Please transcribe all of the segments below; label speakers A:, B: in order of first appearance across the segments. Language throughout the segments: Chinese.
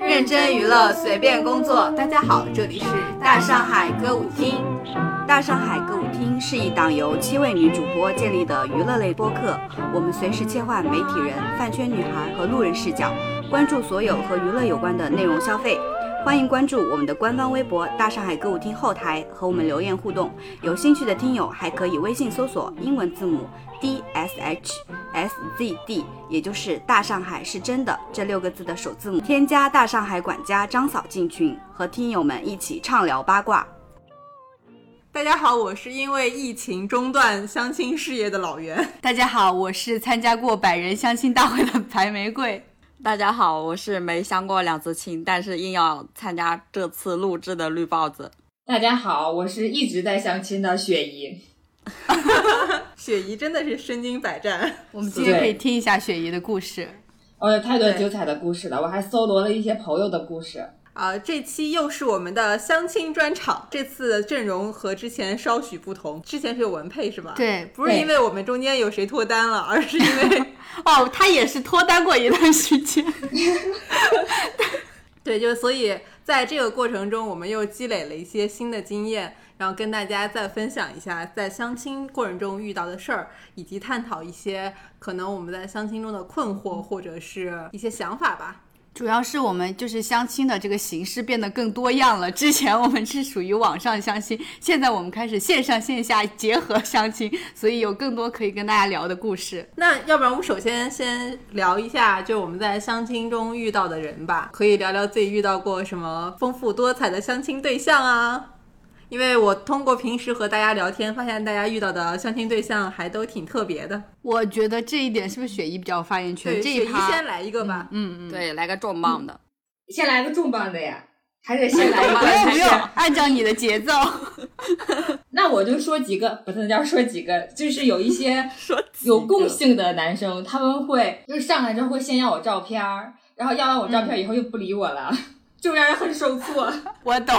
A: 认真娱乐，随便工作。大家好，这里是大上海歌舞厅。
B: 大上海歌舞厅是一档由七位女主播建立的娱乐类播客，我们随时切换媒体人、饭圈女孩和路人视角，关注所有和娱乐有关的内容消费。欢迎关注我们的官方微博“大上海歌舞厅”后台和我们留言互动。有兴趣的听友还可以微信搜索英文字母 D S H S Z D，也就是“大上海是真的”这六个字的首字母，添加大上海管家张嫂进群，和听友们一起畅聊八卦。
A: 大家好，我是因为疫情中断相亲事业的老袁。
C: 大家好，我是参加过百人相亲大会的白玫瑰。
D: 大家好，我是没相过两次亲，但是硬要参加这次录制的绿帽子。
E: 大家好，我是一直在相亲的雪姨。
A: 雪姨真的是身经百战，
C: 我们今天可以听一下雪姨的故事。
E: 我有呃太多精彩的故事了，我还搜罗了一些朋友的故事。
A: 啊、这期又是我们的相亲专场，这次的阵容和之前稍许不同。之前是有文佩是吧？，
C: 对，
A: 不是因为我们中间有谁脱单了， 而是因为
C: 哦，她也是脱单过一段时间。
A: 对，就所以在这个过程中，我们又积累了一些新的经验，然后跟大家再分享一下在相亲过程中遇到的事儿，以及探讨一些可能我们在相亲中的困惑或者是一些想法吧。
C: 主要是我们就是相亲的这个形式变得更多样了。之前我们是属于网上相亲，现在我们开始线上线下结合相亲，所以有更多可以跟大家聊的故事。
A: 那要不然我们首先先聊一下，就是我们在相亲中遇到的人吧，可以聊聊自己遇到过什么丰富多彩的相亲对象啊。因为我通过平时和大家聊天，发现大家遇到的相亲对象还都挺特别的。
C: 我觉得这一点是不是雪姨比较有发言权？
A: 对，
C: 这
A: 雪
C: 一
A: 姨
C: 趴，
A: 先来一个吧。
C: 嗯嗯，
D: 对，来个重磅的，
E: 先来个重磅的呀，还得 先来一
C: 不用
E: 个
C: 不用，按照你的节奏。
E: 那我就说几个，不是叫说几个，就是有 一些有共性的男生，他们会就是上来之后会先要我照片儿，然后要完我照片
C: 嗯
E: 儿以后又不理我了， 就让人很受挫。
C: 我懂，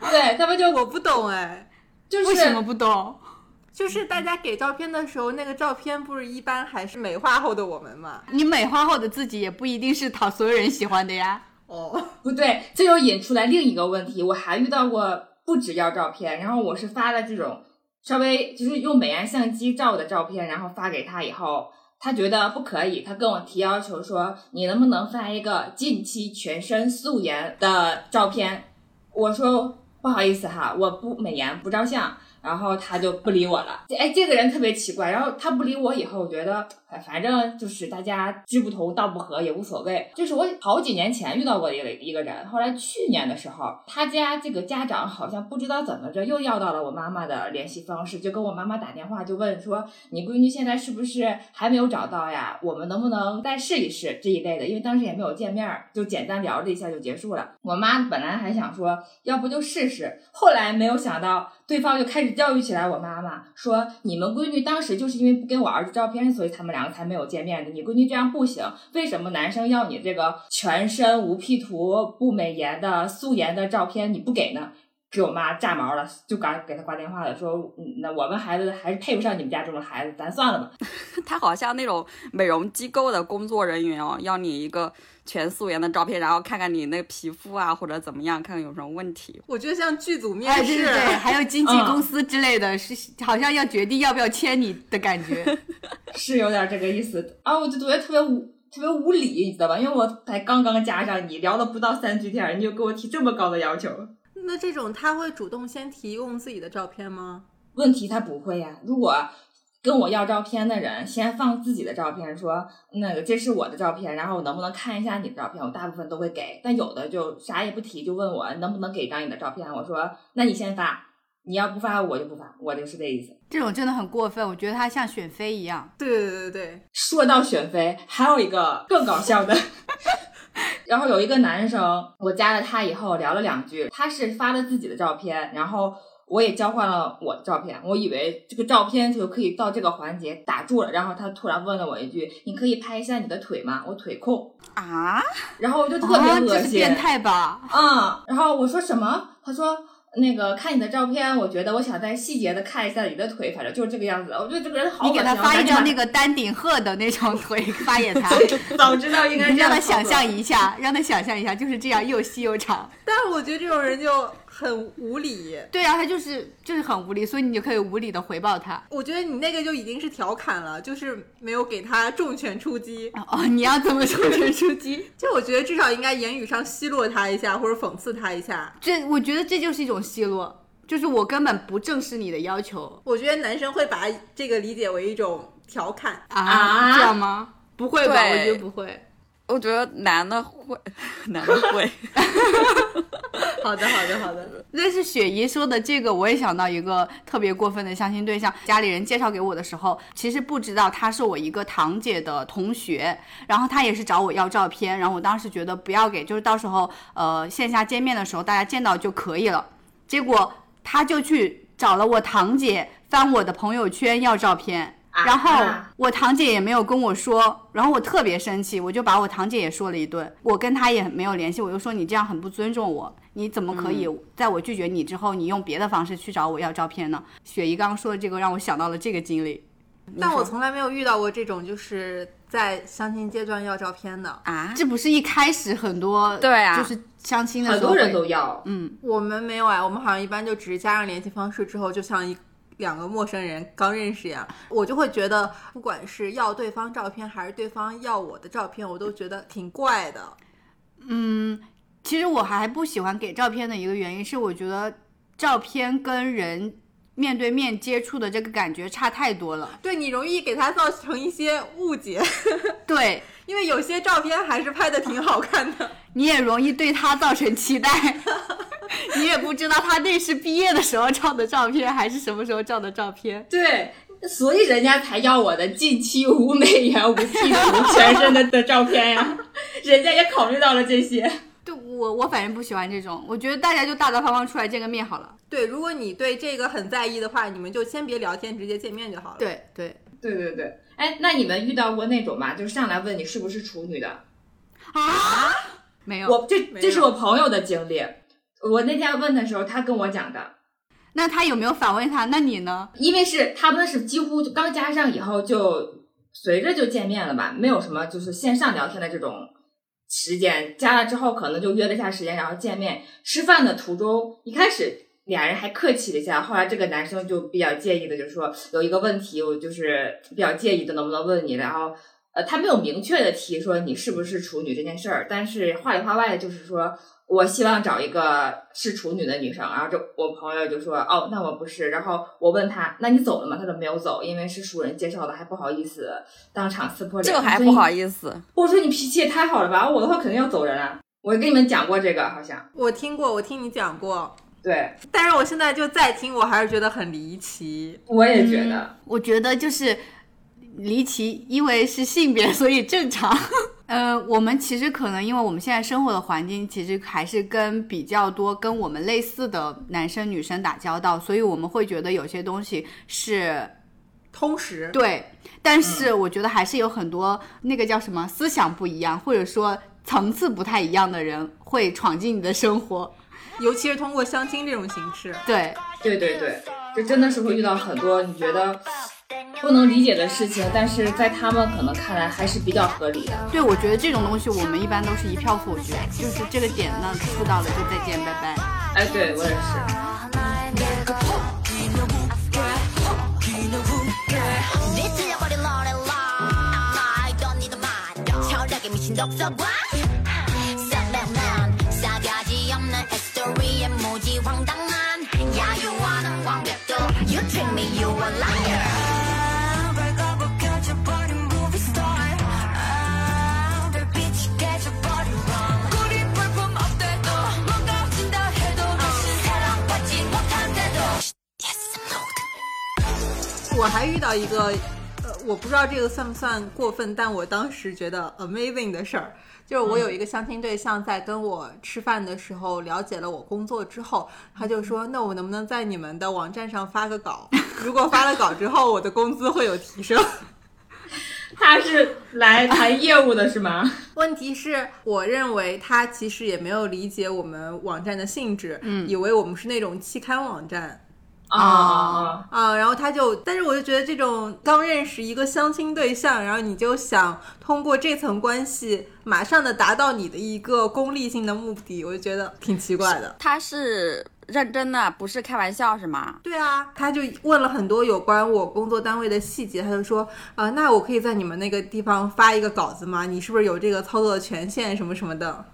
E: 对他们就
A: 我不懂哎，
E: 就是
C: 为什么 不懂？
A: 就是大家给照片的时候，那个照片不是一般还是美化后的我们嘛？
C: 你美化后的自己也不一定是讨所有人喜欢的呀。
A: 哦，
E: 不对，这又引出来另一个问题，我还遇到过不只要照片，然后我是发了这种稍微就是用美颜相机照的照片，然后发给他以后，他觉得不可以，他跟我提要求说你能不能发一个近期全身素颜的照片，我说不好意思哈，我不美颜不照相。然后他就不理我了，哎，这个人特别奇怪。然后他不理我以后，我觉得，哎，反正就是大家志不同道不合也无所谓。就是我好几年前遇到过一个一个人，后来去年的时候，他家这个家长好像不知道怎么着又要到了我妈妈的联系方式，就跟我妈妈打电话就问说，你闺女现在是不是还没有找到呀？我们能不能再试一试这一类的？因为当时也没有见面儿，就简单聊了一下就结束了。我妈本来还想说，要不就试试，后来没有想到对方就开始教育起来我妈妈，说你们闺女当时就是因为不给我儿子照片，所以他们两个才没有见面的。你闺女这样不行，为什么男生要你这个全身无 P 图、不美颜的素颜的照片你不给呢？给我妈炸毛了，就赶给她挂电话了，说嗯那我们孩子还是配不上你们家这种孩子，咱算了吧。
D: 他好像那种美容机构的工作人员哦，要你一个全素颜的照片，然后看看你那个皮肤啊或者怎么样，看看有什么问题。
A: 我觉得像剧组面
C: 哎，对
A: 试，
C: 对对，还有经纪
E: 嗯
C: 公司之类的，是好像要决定要不要签你的感觉。
E: 是有点这个意思啊，我就觉得特别无特别无理，你知道吧？因为我才刚刚加上你，聊了不到三句天儿，你就给我提这么高的要求。
A: 那这种他会主动先提供自己的照片吗？
E: 问题他不会呀、如果跟我要照片的人先放自己的照片，说那个这是我的照片，然后我能不能看一下你的照片？我大部分都会给，但有的就啥也不提，就问我能不能给张你的照片。我说那你先发，你要不发我就不发，我就是这意思。
C: 这种真的很过分，我觉得他像选妃一样。
A: 对对对对，
E: 说到选妃，还有一个更搞笑的。 然后有一个男生，我加了他以后聊了两句，他是发了自己的照片，然后我也交换了我的照片。我以为这个照片就可以到这个环节打住了，然后他突然问了我一句：“你可以拍一下你的腿吗？我腿控。
D: 啊，”
E: 然后我就特别
C: 啊
E: 恶
C: 这是
E: 心，
C: 变态吧？
E: 嗯，然后我说什么？他说，那个看你的照片，我觉得我想再细节的看一下你的腿，反正就是这个样子。我觉得这个人好
C: 你
E: 恶
C: 给
E: 心。
C: 他
E: 我
C: 发一
E: 赶紧
C: 张
E: 把
C: 那个丹顶鹤的那种 腿发给他，
E: 早知道应该这
C: 让
E: 样
C: 他
E: 操作
C: 想象一下，让他想象一下，就是这样又细又长。
A: 但是我觉得这种人就很无理。
C: 对啊，他就是就是很无理，所以你就可以无理的回报他。
A: 我觉得你那个就已经是调侃了，就是没有给他重拳出击。
C: 哦，你要怎么重拳出击？
A: 就我觉得至少应该言语上奚落他一下，或者讽刺他一下。
C: 这我觉得这就是一种奚落，就是我根本不正视你的要求
A: 我觉得男生会把这个理解为一种调侃，
C: 啊，
E: 啊
C: 这样吗？不会吧？
D: 对
C: 我觉得不会。
D: 我觉得男的会，男的 会，
A: 好的，好的，好 的。
C: 但是雪姨说的这个，我也想到一个特别过分的相亲对象，家里人介绍给我的时候，其实不知道她是我一个堂姐的同学，然后她也是找我要照片，然后我当时觉得不要给，就是到时候呃线下见面的时候大家见到就可以了，结果她就去找了我堂姐翻我的朋友圈要照片。
E: 啊
C: 然后我堂姐也没有跟我说，然后我特别生气，我就把我堂姐也说了一顿，我跟她也没有联系，我就说你这样很不尊重我，你怎么可以
E: 嗯
C: 在我拒绝你之后，你用别的方式去找我要照片呢？雪姨刚刚说的这个让我想到了这个经历，
A: 但我从来没有遇到过这种就是在相亲阶段要照片的。
D: 啊，
C: 这不是一开始很多
D: 对啊
C: 就是相亲的
E: 很
C: 时候
E: 多人
C: 会
E: 都要，
A: 我们没有哎，我们好像一般就只是加上联系方式之后，就像一两个陌生人刚认识一样，我就会觉得，不管是要对方照片还是对方要我的照片，我都觉得挺怪的。
C: 其实我还不喜欢给照片的一个原因是，我觉得照片跟人面对面接触的这个感觉差太多了。
A: 对你容易给他造成一些误解，
C: 对，
A: 因为有些照片还是拍的挺好看的。
C: 你也容易对他造成期待， 你也不知道他那是毕业的时候照的照片，还是什么时候照的照片。
E: 对，所以人家才要我的近期无美颜、无 P 图、全身的的照片呀，人家也考虑到了这些。
C: 对我，我反正不喜欢这种，我觉得大家就大大方方出来见个面好了。
A: 对，如果你对这个很在意的话，你们就先别聊天，直接见面就好了。，
C: 对对，
E: 对对对，哎，那你们遇到过那种吗？就是上来问你是不是处女的？
C: 没有。
E: 我这
A: 没
E: 这是
A: 有
E: 我朋友的经历。我那天问的时候，他跟我讲的，
C: 那他有没有反问他？那你呢？
E: 因为是他们是几乎就刚加上以后就随着就见面了吧，没有什么就是线上聊天的这种时间。加了之后可能就约了一下时间，然后见面吃饭的途中，一开始俩人还客气了一下，后来这个男生就比较介意的，就说有一个问题，我就是比较介意的，能不能问你？然后呃，他没有明确的提说你是不是处女这件事儿，但是话里话外的就是说。我希望找一个是处女的女生，然后这我朋友就说哦，那我不是。然后我问他，那你走了吗？他说没有走，因为是熟人介绍的，还不好意思当场撕破脸。
D: 这还
E: 所
D: 不
E: 以
D: 好意思，
E: 我说你脾气也太好了吧！我的话肯定要走人了。我跟你们讲过这个，好像
A: 我听过，我听你讲过，
E: 对，
A: 但是我现在就再听，我还是觉得很离奇。
E: 我也觉
D: 嗯
E: 得。
C: 我觉得就是离奇，因为是性别，所以正常。 呃，我们其实可能因为我们现在生活的环境，其实还是跟比较多跟我们类似的男生女生打交道，所以我们会觉得有些东西是
A: 通识，
C: 对，但是我觉得还是有很多那个叫什么思想不一样，或者说层次不太一样的人会闯进你的生活。
A: 尤其是通过相亲这种形式。
C: 对，
E: 对对对，这真的是会遇到很多你觉得不能理解的事情，但是在他们可能看来还是比较合理的。
C: 对，我觉得这种东西我们一般都是一票否决，就是这个点呢触到了就再见，拜拜。
E: 哎，对我也是。
F: You treat me, you a liar. 아, 벌거벗 켜져버린 movie star. 아, 널 빛이 깨져버린 밤. 꿀이 볼품 없대도, 뭔가 없진다 해도, 다시 사랑받지 못한대도. Yes, I'm old.
A: 我还遇到一个，呃，我不知道这个算不算过分，但我当时觉得 amazing 的事儿，就是我有一个相亲对象在跟我吃饭的时候了解了我工作之后，他就说，那我能不能在你们的网站上发个稿？如果发了稿之后，我的工资会有提升。
E: 他是来谈业务的是吗？
A: 问题是，我认为他其实也没有理解我们网站的性质，
C: 嗯
A: 以为我们是那种期刊网站
E: 啊，
A: 啊。然后他就，但是我就觉得这种刚认识一个相亲对象，然后你就想通过这层关系马上的达到你的一个功利性的目的，我就觉得挺奇怪的。
D: 他是认真的，不是开玩笑是吗？
A: 对啊，他就问了很多有关我工作单位的细节，他就说啊、那我可以在你们那个地方发一个稿子吗？你是不是有这个操作的权限什么什么的？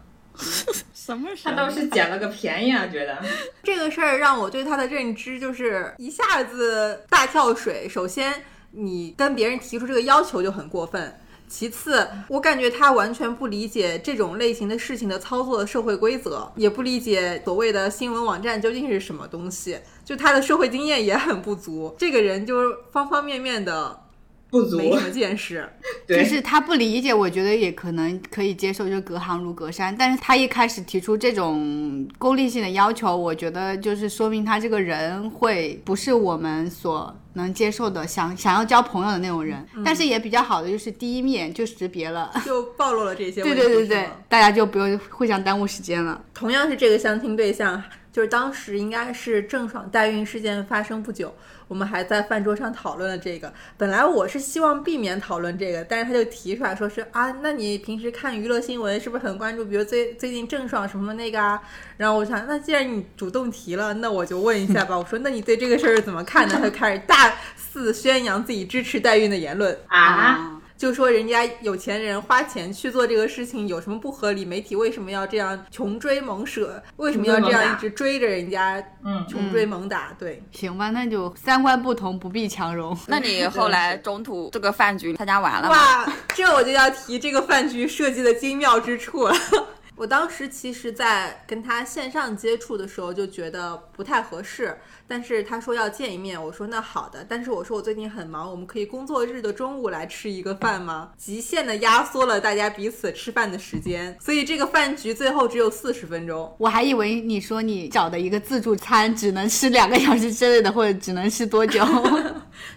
D: 什么
E: 他倒是捡了个便宜啊，觉得
A: 这个事儿让我对他的认知就是一下子大跳水。首先，你跟别人提出这个要求就很过分。其次，我感觉他完全不理解这种类型的事情的操作的社会规则，也不理解所谓的新闻网站究竟是什么东西，就他的社会经验也很不足。这个人就是方方面面的
E: 不足，
A: 没什么见识。
E: 对，
C: 就是他不理解，我觉得也可能可以接受，就是隔行如隔山。但是他一开始提出这种功利性的要求，我觉得就是说明他这个人会不是我们所能接受的，想想要交朋友的那种人。但是也比较好的就是第一面就识别了，
A: 就暴露了这些
C: 对
A: 问题。
C: 对对
A: 是
C: 对
A: 吗，
C: 大家就不用互相耽误时间了。
A: 同样是这个相亲对象，就是当时应该是郑爽代孕事件发生不久，我们还在饭桌上讨论了这个。本来我是希望避免讨论这个，但是他就提出来说是啊，那你平时看娱乐新闻是不是很关注？比如最最近郑爽什么那个啊？然后我想，那既然你主动提了，那我就问一下吧。我说，那你对这个事儿怎么看呢？他就开始大肆宣扬自己支持代孕的言论。
E: 啊，
D: 啊，
A: 就说人家有钱人花钱去做这个事情有什么不合理？媒体为什么要这样穷追猛舍？为什么要这样一直追着人家
E: 嗯，
A: 穷追猛打？对，
C: 行吧，那就三观不同，不必强融。
D: 那你后来中途这个饭局参加完了吗？
A: 哇，这我就要提这个饭局设计的精妙之处了。 我当时其实，在跟他线上接触的时候就觉得不太合适，但是他说要见一面，我说那好的，但是我说我最近很忙，我们可以工作日的中午来吃一个饭吗？极限的压缩了大家彼此吃饭的时间，所以这个饭局最后只有四十分钟。
C: 我还以为你说你找的一个自助餐只能吃两个小时之类的，或者只能吃多 久？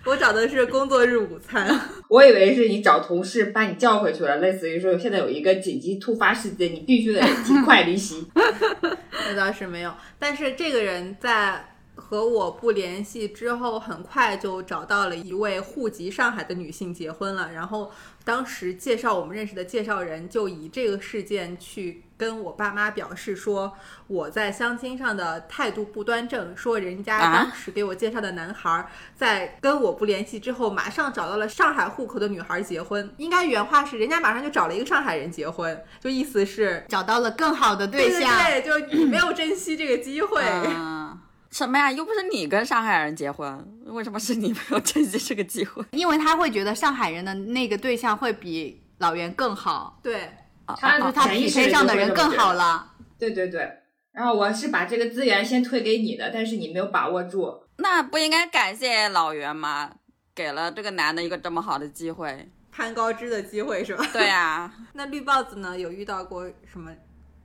A: 我找的是工作日午餐，
E: 我以为是你找同事把你叫回去了，类似于说现在有一个紧急突发事件，你必须得尽快离席。
A: 那倒是没有，但是这个人在。和我不联系之后，很快就找到了一位户籍上海的女性结婚了。然后当时介绍我们认识的介绍人就以这个事件去跟我爸妈表示说我在相亲上的态度不端正，说人家
D: 啊
A: 当时给我介绍的男孩儿在跟我不联系之后，马上找到了上海户口的女孩儿结婚。应该原话是人家马上就找了一个上海人结婚，就意思是
C: 找到了更好的对象。
A: 对对对，就你没有珍惜这个机会。
D: 嗯什么呀？又不是你跟上海人结婚，为什么是你没有珍惜这个机会？
C: 因为他会觉得上海人的那个对象会比老袁更好，
A: 对，
C: 啊
E: 他
C: 就是他
E: 潜意
C: 匹
E: 识
C: 配
E: 里
C: 上
E: 就
C: 的
E: 会
C: 人
E: 这么
C: 更
E: 觉得
C: 好了。
E: 对对对，然后我是把这个资源先推给你的，但是你没有把握住。
D: 那不应该感谢老袁吗？给了这个男的一个这么好的机 会。
A: 攀高枝的机会是吧？
D: 对啊呀、
A: 那绿帽子呢？有遇到过什么？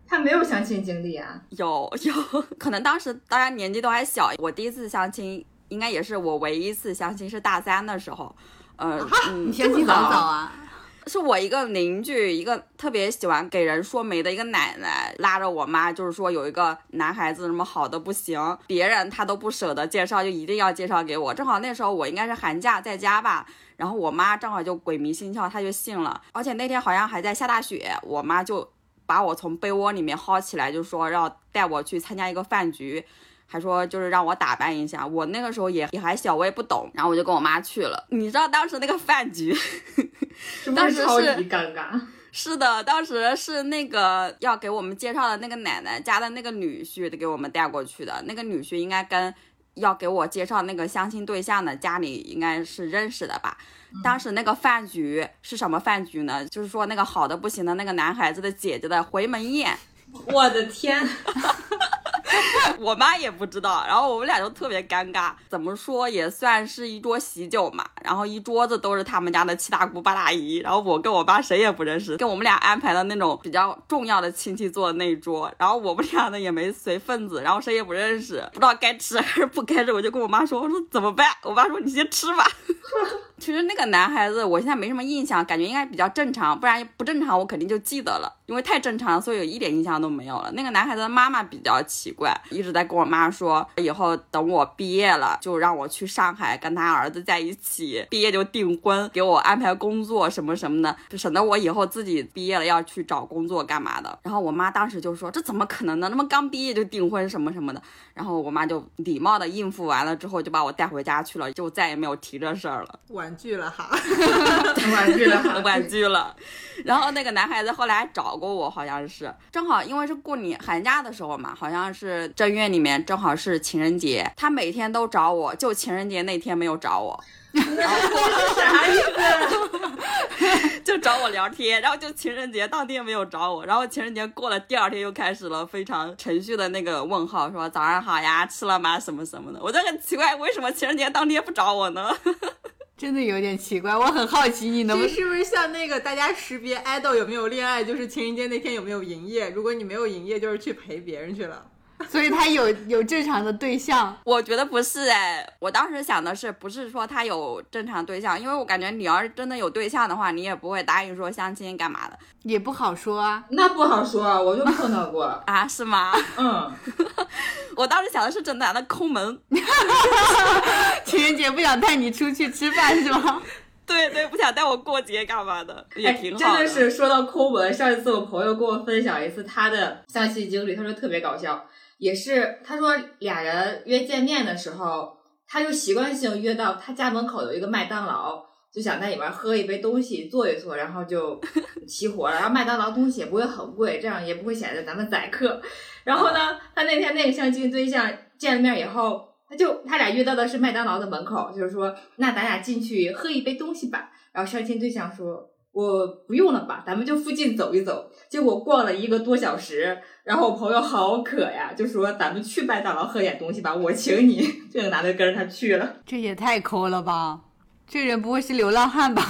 E: 他没有相亲经历 啊，
D: 有有，可能当时大家年纪都还小，我第一次相亲，应该也是我唯一一次相亲是大三的时候。呃，嗯
C: 啊你相亲好早啊，
D: 是我一个邻居，一个特别喜欢给人说媒的一个奶奶，拉着我妈，就是说有一个男孩子什么好的不行，别人她都不舍得介绍，就一定要介绍给我。正好那时候我应该是寒假在家吧，然后我妈正好就鬼迷心窍，她就信了。而且那天好像还在下大雪，我妈就把我从被窝里面薅起来，就说让带我去参加一个饭局。还说就是让我打扮一下，我那个时候也也还小，我也不懂，然后我就跟我妈去了。你知道当时那个饭局，
E: 是不
D: 当
E: 是
D: 时
E: 超级
D: 是
E: 尴尬？
D: 是的，当时是那个要给我们介绍的那个奶奶家的那个女婿给我们带过去的。那个女婿应该跟要给我介绍那个相亲对象的家里应该是认识的吧？当时那个饭局是什么饭局呢？就是说那个好的不行的那个男孩子的姐姐的回门宴，
E: 我的天，
D: 我妈也不知道，然后我们俩就特别尴尬。怎么说也算是一桌喜酒嘛，然后一桌子都是他们家的七大姑八大姨，然后我跟我爸谁也不认识，跟我们俩安排的那种比较重要的亲戚坐的那一桌，然后我们俩呢也没随份子，然后谁也不认识，不知道该吃还是不该吃，我就跟我妈说，我说怎么办？我妈说你先吃吧。其实那个男孩子，我现在没什么印象，感觉应该比较正常，不然不正常我肯定就记得了，因为太正常了，所以有一点印象都没有了。那个男孩子的妈妈比较奇怪，一直在跟我妈说，哎以后等我毕业了，就让我去上海跟他儿子在一起，毕业就订婚，给我安排工作什么什么的，就省得我以后自己毕业了要去找工作干嘛的。然后我妈当时就说：“这怎么可能呢？那么刚毕业就订婚什么什么的。”然后我妈就礼貌的应付完了之后，就把我带回家去了，就再也没有提这事儿了。
A: 婉拒了哈。
E: 婉拒了 哈。
D: 婉拒了。然后那个男孩子后来还找过我，好像是正好因为是过年寒假的时候嘛，好像是正月里面正好是情人节，他每天都找我，就情人节那天没有找我，
E: 啥意思？
D: 就找我聊天，然后就情人节当天没有找我，然后情人节过了第二天又开始了非常程序的那个问号，说早上好呀，吃了吗什么什么的，我就很奇怪为什么情人节当天不找我呢？
C: 真的有点奇怪，我很好奇你能不
A: 这
C: 能
A: 是不是像那个大家识别爱豆有没有恋爱，就是情人节那天有没有营业？如果你没有营业，就是去陪别人去了。
C: 所以他有有正常的对象，
D: 我觉得不是哎，我当时想的是，不是说他有正常对象，因为我感觉你要是真的有对象的话，你也不会答应说相亲干嘛的
C: 也不好说啊。
E: 那不好说，我就碰到 过。
D: 啊，是吗？
E: 嗯，
D: 我当时想的是这男的抠门，
C: 情人节不想带你出去吃饭是 吧？
D: 对对，不想带我过节干嘛的，也挺好
E: 哎。真的是说到抠门，上一次我朋友跟我分享一次他的相亲经历，他说特别搞笑，也是他说俩人约见面的时候，他就习惯性约到他家门口有一个麦当劳，就想在里面喝一杯东西坐一坐，然后 就熄火了。然后麦当劳东西也不会很贵，这样也不会显得咱们宰客。然后
D: 啊
E: 呢，他那天那个相亲对象见了面以后，他就他俩约到的是麦当劳的门口，就是说那咱俩进去喝一杯东西吧。然后相亲对象说。我不用了吧，咱们就附近走一走。结果逛了一个多小时，然后我朋友好渴呀，就说咱们去麦当劳喝点东西吧，我请你。 这个男的跟着他去了，
C: 这也太抠了吧！这人不会是流浪汉吧？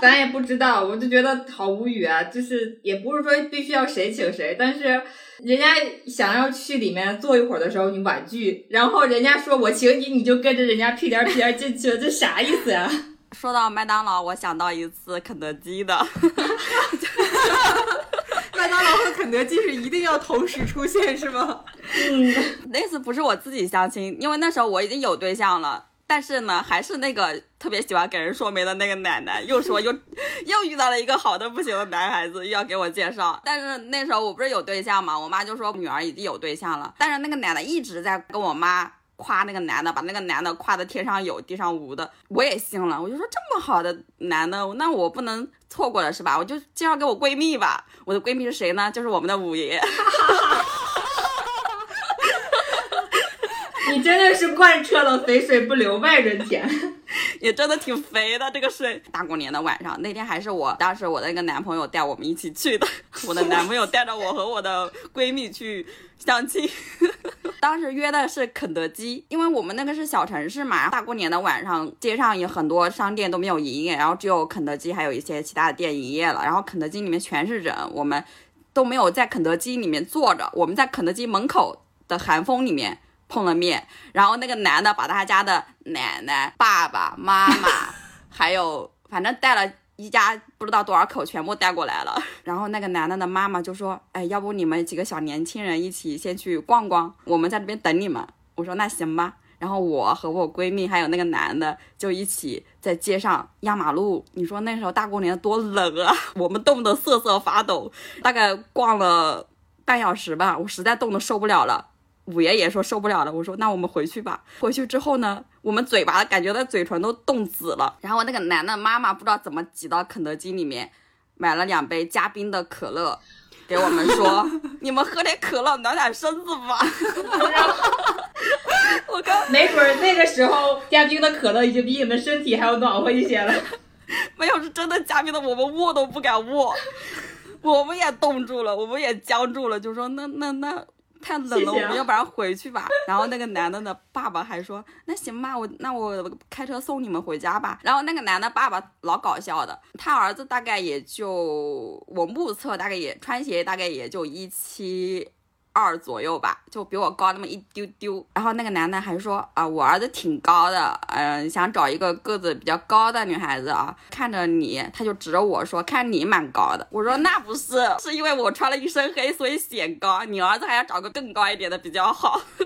E: 咱也不知道，我就觉得好无语啊！就是也不是说必须要谁请谁，但是人家想要去里面坐一会儿的时候，你婉拒，然后人家说我请你，你就跟着人家屁颠儿屁颠儿进去了，这啥意思呀、
D: 说到麦当劳，我想到一次肯德基的，
A: 麦当劳和肯德基是一定要同时出现是吗？
D: 那次不是我自己相亲，因为那时候我已经有对象了。但是呢，还是那个特别喜欢给人说媒的那个奶奶，又说又又遇到了一个好的不行的男孩子，又要给我介绍。但是那时候我不是有对象嘛，我妈就说女儿已经有对象了。但是那个奶奶一直在跟我妈夸那个男的，把那个男的夸的天上有地上无的，我也信了。我就说这么好的男的，那我不能错过了是吧？我就介绍给我闺蜜吧。我的闺蜜是谁呢？就是我们的五爷。
E: 你真的是贯彻了肥水不流外人田。
D: 也真的挺肥的。这个水，大过年的晚上，那天还是我当时我的那个男朋友带我们一起去的， 我的男朋友带着我和我的闺蜜去相亲， 当时约的是肯德基，因为我们那个是小城市嘛，大过年的晚上，街上也很多商店都没有营业，然后只有肯德基还有一些其他的店营业了，然后肯德基里面全是人，我们都没有在肯德基里面坐着，我们在肯德基门口的寒风里面碰了面，然后那个男的把他家的奶奶、爸爸妈妈，还有反正带了一家不知道多少口全部带过来了。然后那个男的的妈妈就说：“哎，要不你们几个小年轻人一起先去逛逛，我们在这边等你们。”我说：“那行吧。”然后我和我闺蜜还有那个男的就一起在街上压马路。你说那时候大过年多冷啊，我们冻得瑟瑟发抖。大概逛了半小时吧，我实在冻得受不了了。五爷也说受不了了，我说那我们回去吧。回去之后呢，我们嘴巴感觉到嘴唇都冻紫了。然后那个男的妈妈不知道怎么挤到肯德基里面，买了两杯加冰的可乐，给我们说 你们喝点可乐暖暖身子吧。我刚
E: 没准儿那个时候加冰的可乐已经比你们身体还要暖和一些了。
D: 没有是真的加冰的，我们握都不敢握，我们也冻住了，我们也僵住了，就说那那那太冷
E: 谢
D: 了，
E: 谢啊
D: 我们要不然回去吧。然后那个男的的爸爸还说那行吧，我那我开车送你们回家吧。然后那个男的爸爸老搞笑的，他儿子大概也就我目测大概也穿鞋大概也就一七二左右吧，就比我高那么一丢丢。然后那个男的还说啊，我儿子挺高的，嗯、想找一个个子比较高的女孩子啊。看着你，他就指着我说，看你蛮高的。我说那不是，是因为我穿了一身黑，所以显高。你儿子还要找个更高一点的比较好。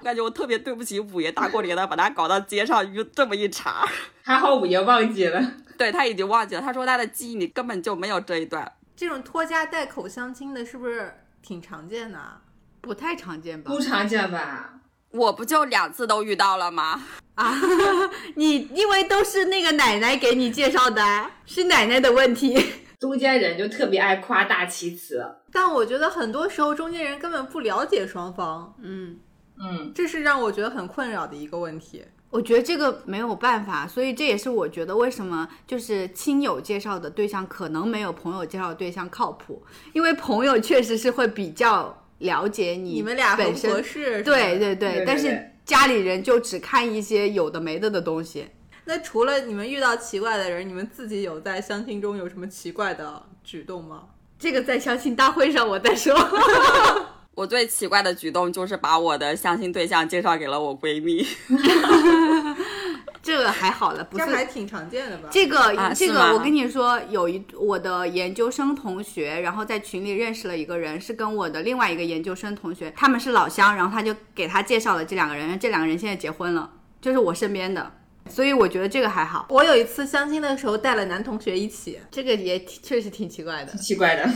D: 我感觉我特别对不起五爷，大过年的把他搞到街上就这么一茬。
E: 还好五爷忘记了。
D: 对他已经忘记了，他说他的记忆里根本就没有这一段。
A: 这种拖家带口相亲的，是不是挺常见的啊？
C: 不太常见吧
E: 不？常见吧？
D: 我不就两次都遇到了吗？
C: 啊，你因为都是那个奶奶给你介绍的啊，是奶奶的问题。
E: 中间人就特别爱夸大其词。
A: 但我觉得很多时候中间人根本不了解双方，
C: 嗯，
E: 嗯，
A: 这是让我觉得很困扰的一个问题。
C: 我觉得这个没有办法，所以这也是我觉得为什么就是亲友介绍的对象可能没有朋友介绍的对象靠谱，因为朋友确实是会比较了解你
A: 你们俩合
C: 本
A: 不合
C: 身，
A: 适？是吧
C: 对对
E: 对对
C: 对，但是
E: 对
C: 家里人就只看一些有的没的的东西。
A: 那除了你们遇到奇怪的人，你们自己有在相亲中有什么奇怪的举动吗？
C: 这个在相亲大会上我再说。
D: 我最奇怪的举动就是把我的相亲对象介绍给了我闺蜜。
C: 这个还好了，不
A: 这
C: 是
A: 还挺常见的吧？
C: 这个、
D: 啊
C: 这
D: 是吗
C: 个，我跟你说，有一我的研究生同学，然后在群里认识了一个人，是跟我的另外一个研究生同学，他们是老乡，然后他就给他介绍了这两个人，这两个人现在结婚了，就是我身边的，所以我觉得这个还好，
A: 我有一次相亲的时候带了男同学一起，
C: 这个也挺确实挺奇怪的。
E: 奇怪的，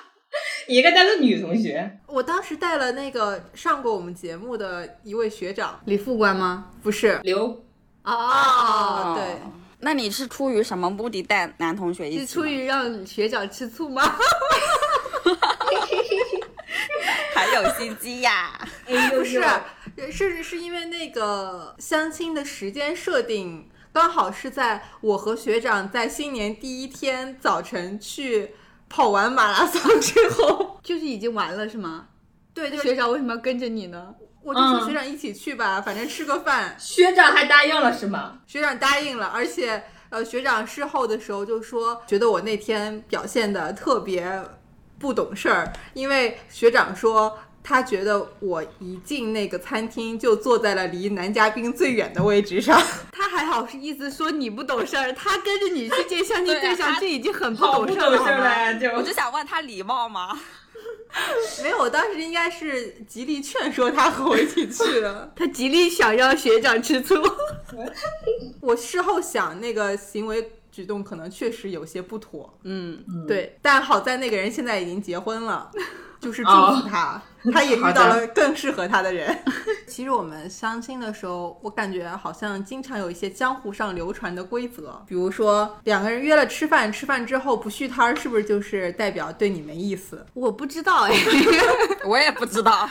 E: 你应该带个女同学，
A: 我当时带了那个上过我们节目的一位学长，
C: 李副官吗？
A: 不是
E: 刘
C: 哦
A: 啊，对，
D: 那你是出于什么目的带男同学一起
C: 是
D: 吗？
C: 出于让学长吃醋吗？
D: 还有心机呀？
A: 不是，是是因为那个相亲的时间设定刚好是在我和学长在新年第一天早晨去跑完马拉松之后，
C: 就是已经完了是吗？
A: 对，
C: 那
A: 就是
C: 学长为什么要跟着你呢？
A: 我就说
E: 嗯
A: 学长一起去吧，反正吃个饭，
E: 学长还答应了是吗？
A: 学长答应了，而且呃，学长事后的时候就说，觉得我那天表现的特别不懂事儿，因为学长说。他觉得我一进那个餐厅就坐在了离男嘉宾最远的位置上，
C: 他还好是意思说你不懂事儿，他跟着你去见相亲
D: 对啊
C: 对象，
D: 他
C: 这已经很不
E: 好
C: 懂
A: 哦
E: 不
C: 事
E: 懂
C: 儿了，好
E: 事儿
C: 吗？
E: 了，就
D: 我就想问他礼貌吗？
A: 没有，我当时应该是极力劝说他和我一起去 的。
C: 他极力想让学长吃醋。
A: 我事后想，那个行为举动可能确实有些不妥。
C: 嗯，
A: 对，但好在那个人现在已经结婚了，就是祝
E: 哦
A: 福他， 他也遇
E: 好的
A: 到了更适合他的人。 其实我们相亲的时候，我感觉好像经常有一些江湖上流传的规则，比如说两个人约了吃饭，吃饭之后不续摊儿，是不是就是代表对你没意思？
C: 我不知道哎，
D: 我也不知 道，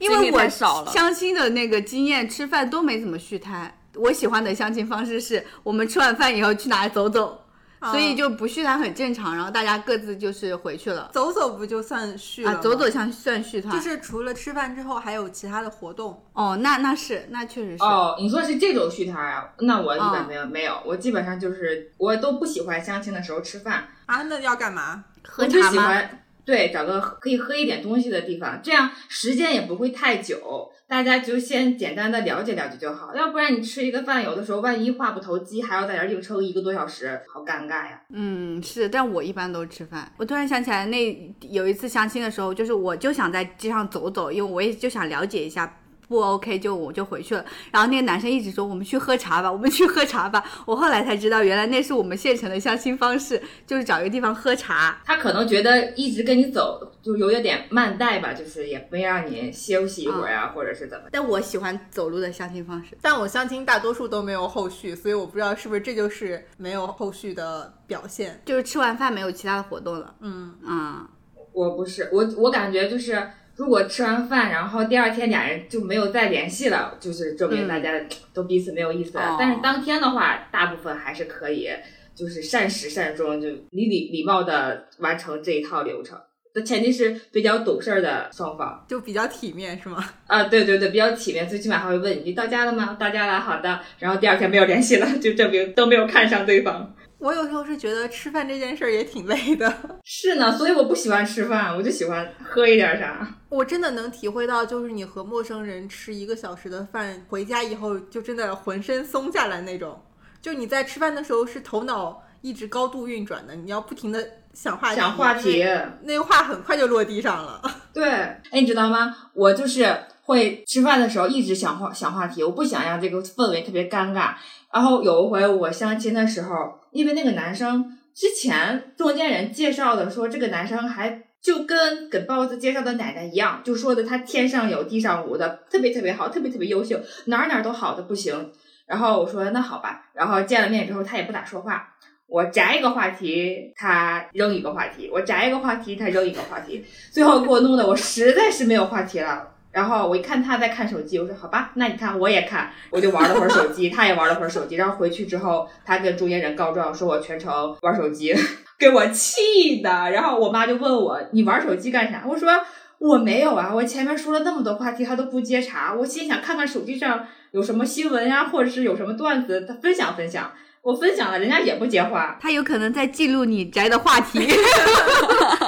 C: 因
D: 经
C: 为
D: 历
C: 我
D: 太少了。
C: 相亲的那个经验，吃饭都没怎么续摊。我喜欢的相亲方式是我们吃完饭以后去哪走走，
A: 啊
C: 所以就不续摊很正常，然后大家各自就是回去了
A: 走走不就算续了
C: 啊
A: 吗，
C: 走走像算续摊。
A: 就是除了吃饭之后，还有其他的活动。
C: 哦，那那是那确实是。
E: 哦，你说是这种续摊儿啊？那我一
C: 哦
E: 般没有、没有，我基本上就是我都不喜欢相亲的时候吃饭，
A: 啊，那要干嘛？
C: 喝
E: 我就
C: 茶
E: 喜
C: 吗？
E: 欢对找个可以喝一点东西的地方，这样时间也不会太久，大家就先简单的了解了解就好。要不然你吃一个饭，有的时候万一话不投机，还要在这儿硬撑一个多小时，好尴尬呀。
C: 嗯，是，但我一般都吃饭。我突然想起来那，有一次相亲的时候，就是我就想在街上走走，因为我也就想了解一下。不 OK 就我就回去了，然后那个男生一直说我们去喝茶吧，我们去喝茶吧。我后来才知道，原来那是我们县城的相亲方式，就是找一个地方喝茶。
E: 他可能觉得一直跟你走就有点慢带吧，就是也没让你休息一会儿啊，或者是怎么。
C: 但我喜欢走路的相亲方式。
A: 但我相亲大多数都没有后续，所以我不知道是不是这就是没有后续的表现。
C: 就是吃完饭没有其他的活动了，
A: 嗯，
C: 嗯，
E: 我不是我，我感觉就是如果吃完饭，然后第二天俩人就没有再联系了，就是证明大家都彼此没有意思了。
D: 哦
E: 但是当天的话，大部分还是可以，就是善始善终，就礼礼礼貌的完成这一套流程。那前提是比较懂事儿的双方
A: 就比较体面是吗？
E: 啊，对对对，比较体面，最起码还会问你你到家了吗？到家了，好的。然后第二天没有联系了，就证明都没有看上对方。
A: 我有时候是觉得吃饭这件事儿也挺累的，
E: 是呢，所以我不喜欢吃饭，我就喜欢喝一点啥。
A: 我真的能体会到，就是你和陌生人吃一个小时的饭，回家以后就真的浑身松下来那种。就你在吃饭的时候是头脑一直高度运转的，你要不停的想话题，
E: 讲话题，
A: 那个话很快就落地上了。
E: 对，哎，你知道吗？我就是会吃饭的时候一直想话想话题，我不想让这个氛围特别尴尬。然后有一回我相亲的时候，因为那个男生之前中间人介绍的说，这个男生还就跟给包子介绍的奶奶一样，就说的他天上有地上无的，特别特别好，特别特别优秀，哪儿哪儿都好的不行。然后我说那好吧，然后见了面之后他也不咋说话，我摘一个话题，他扔一个话题；我摘一个话题，他扔一个话题。最后给我弄得我实在是没有话题了。然后我一看他在看手机，我说好吧，那你看我也看，我就玩了会儿手机，他也玩了会儿手机。然后回去之后，他跟中间人告状，说我全程玩手机， 给我气的。然后我妈就问我你玩手机干啥？我说我没有啊，我前面说了那么多话题，他都不接茬。我心想看看手机上有什么新闻呀、或者是有什么段子，他分享分享。我分享了，人家也不接话。
C: 他有可能在记录你宅的话题。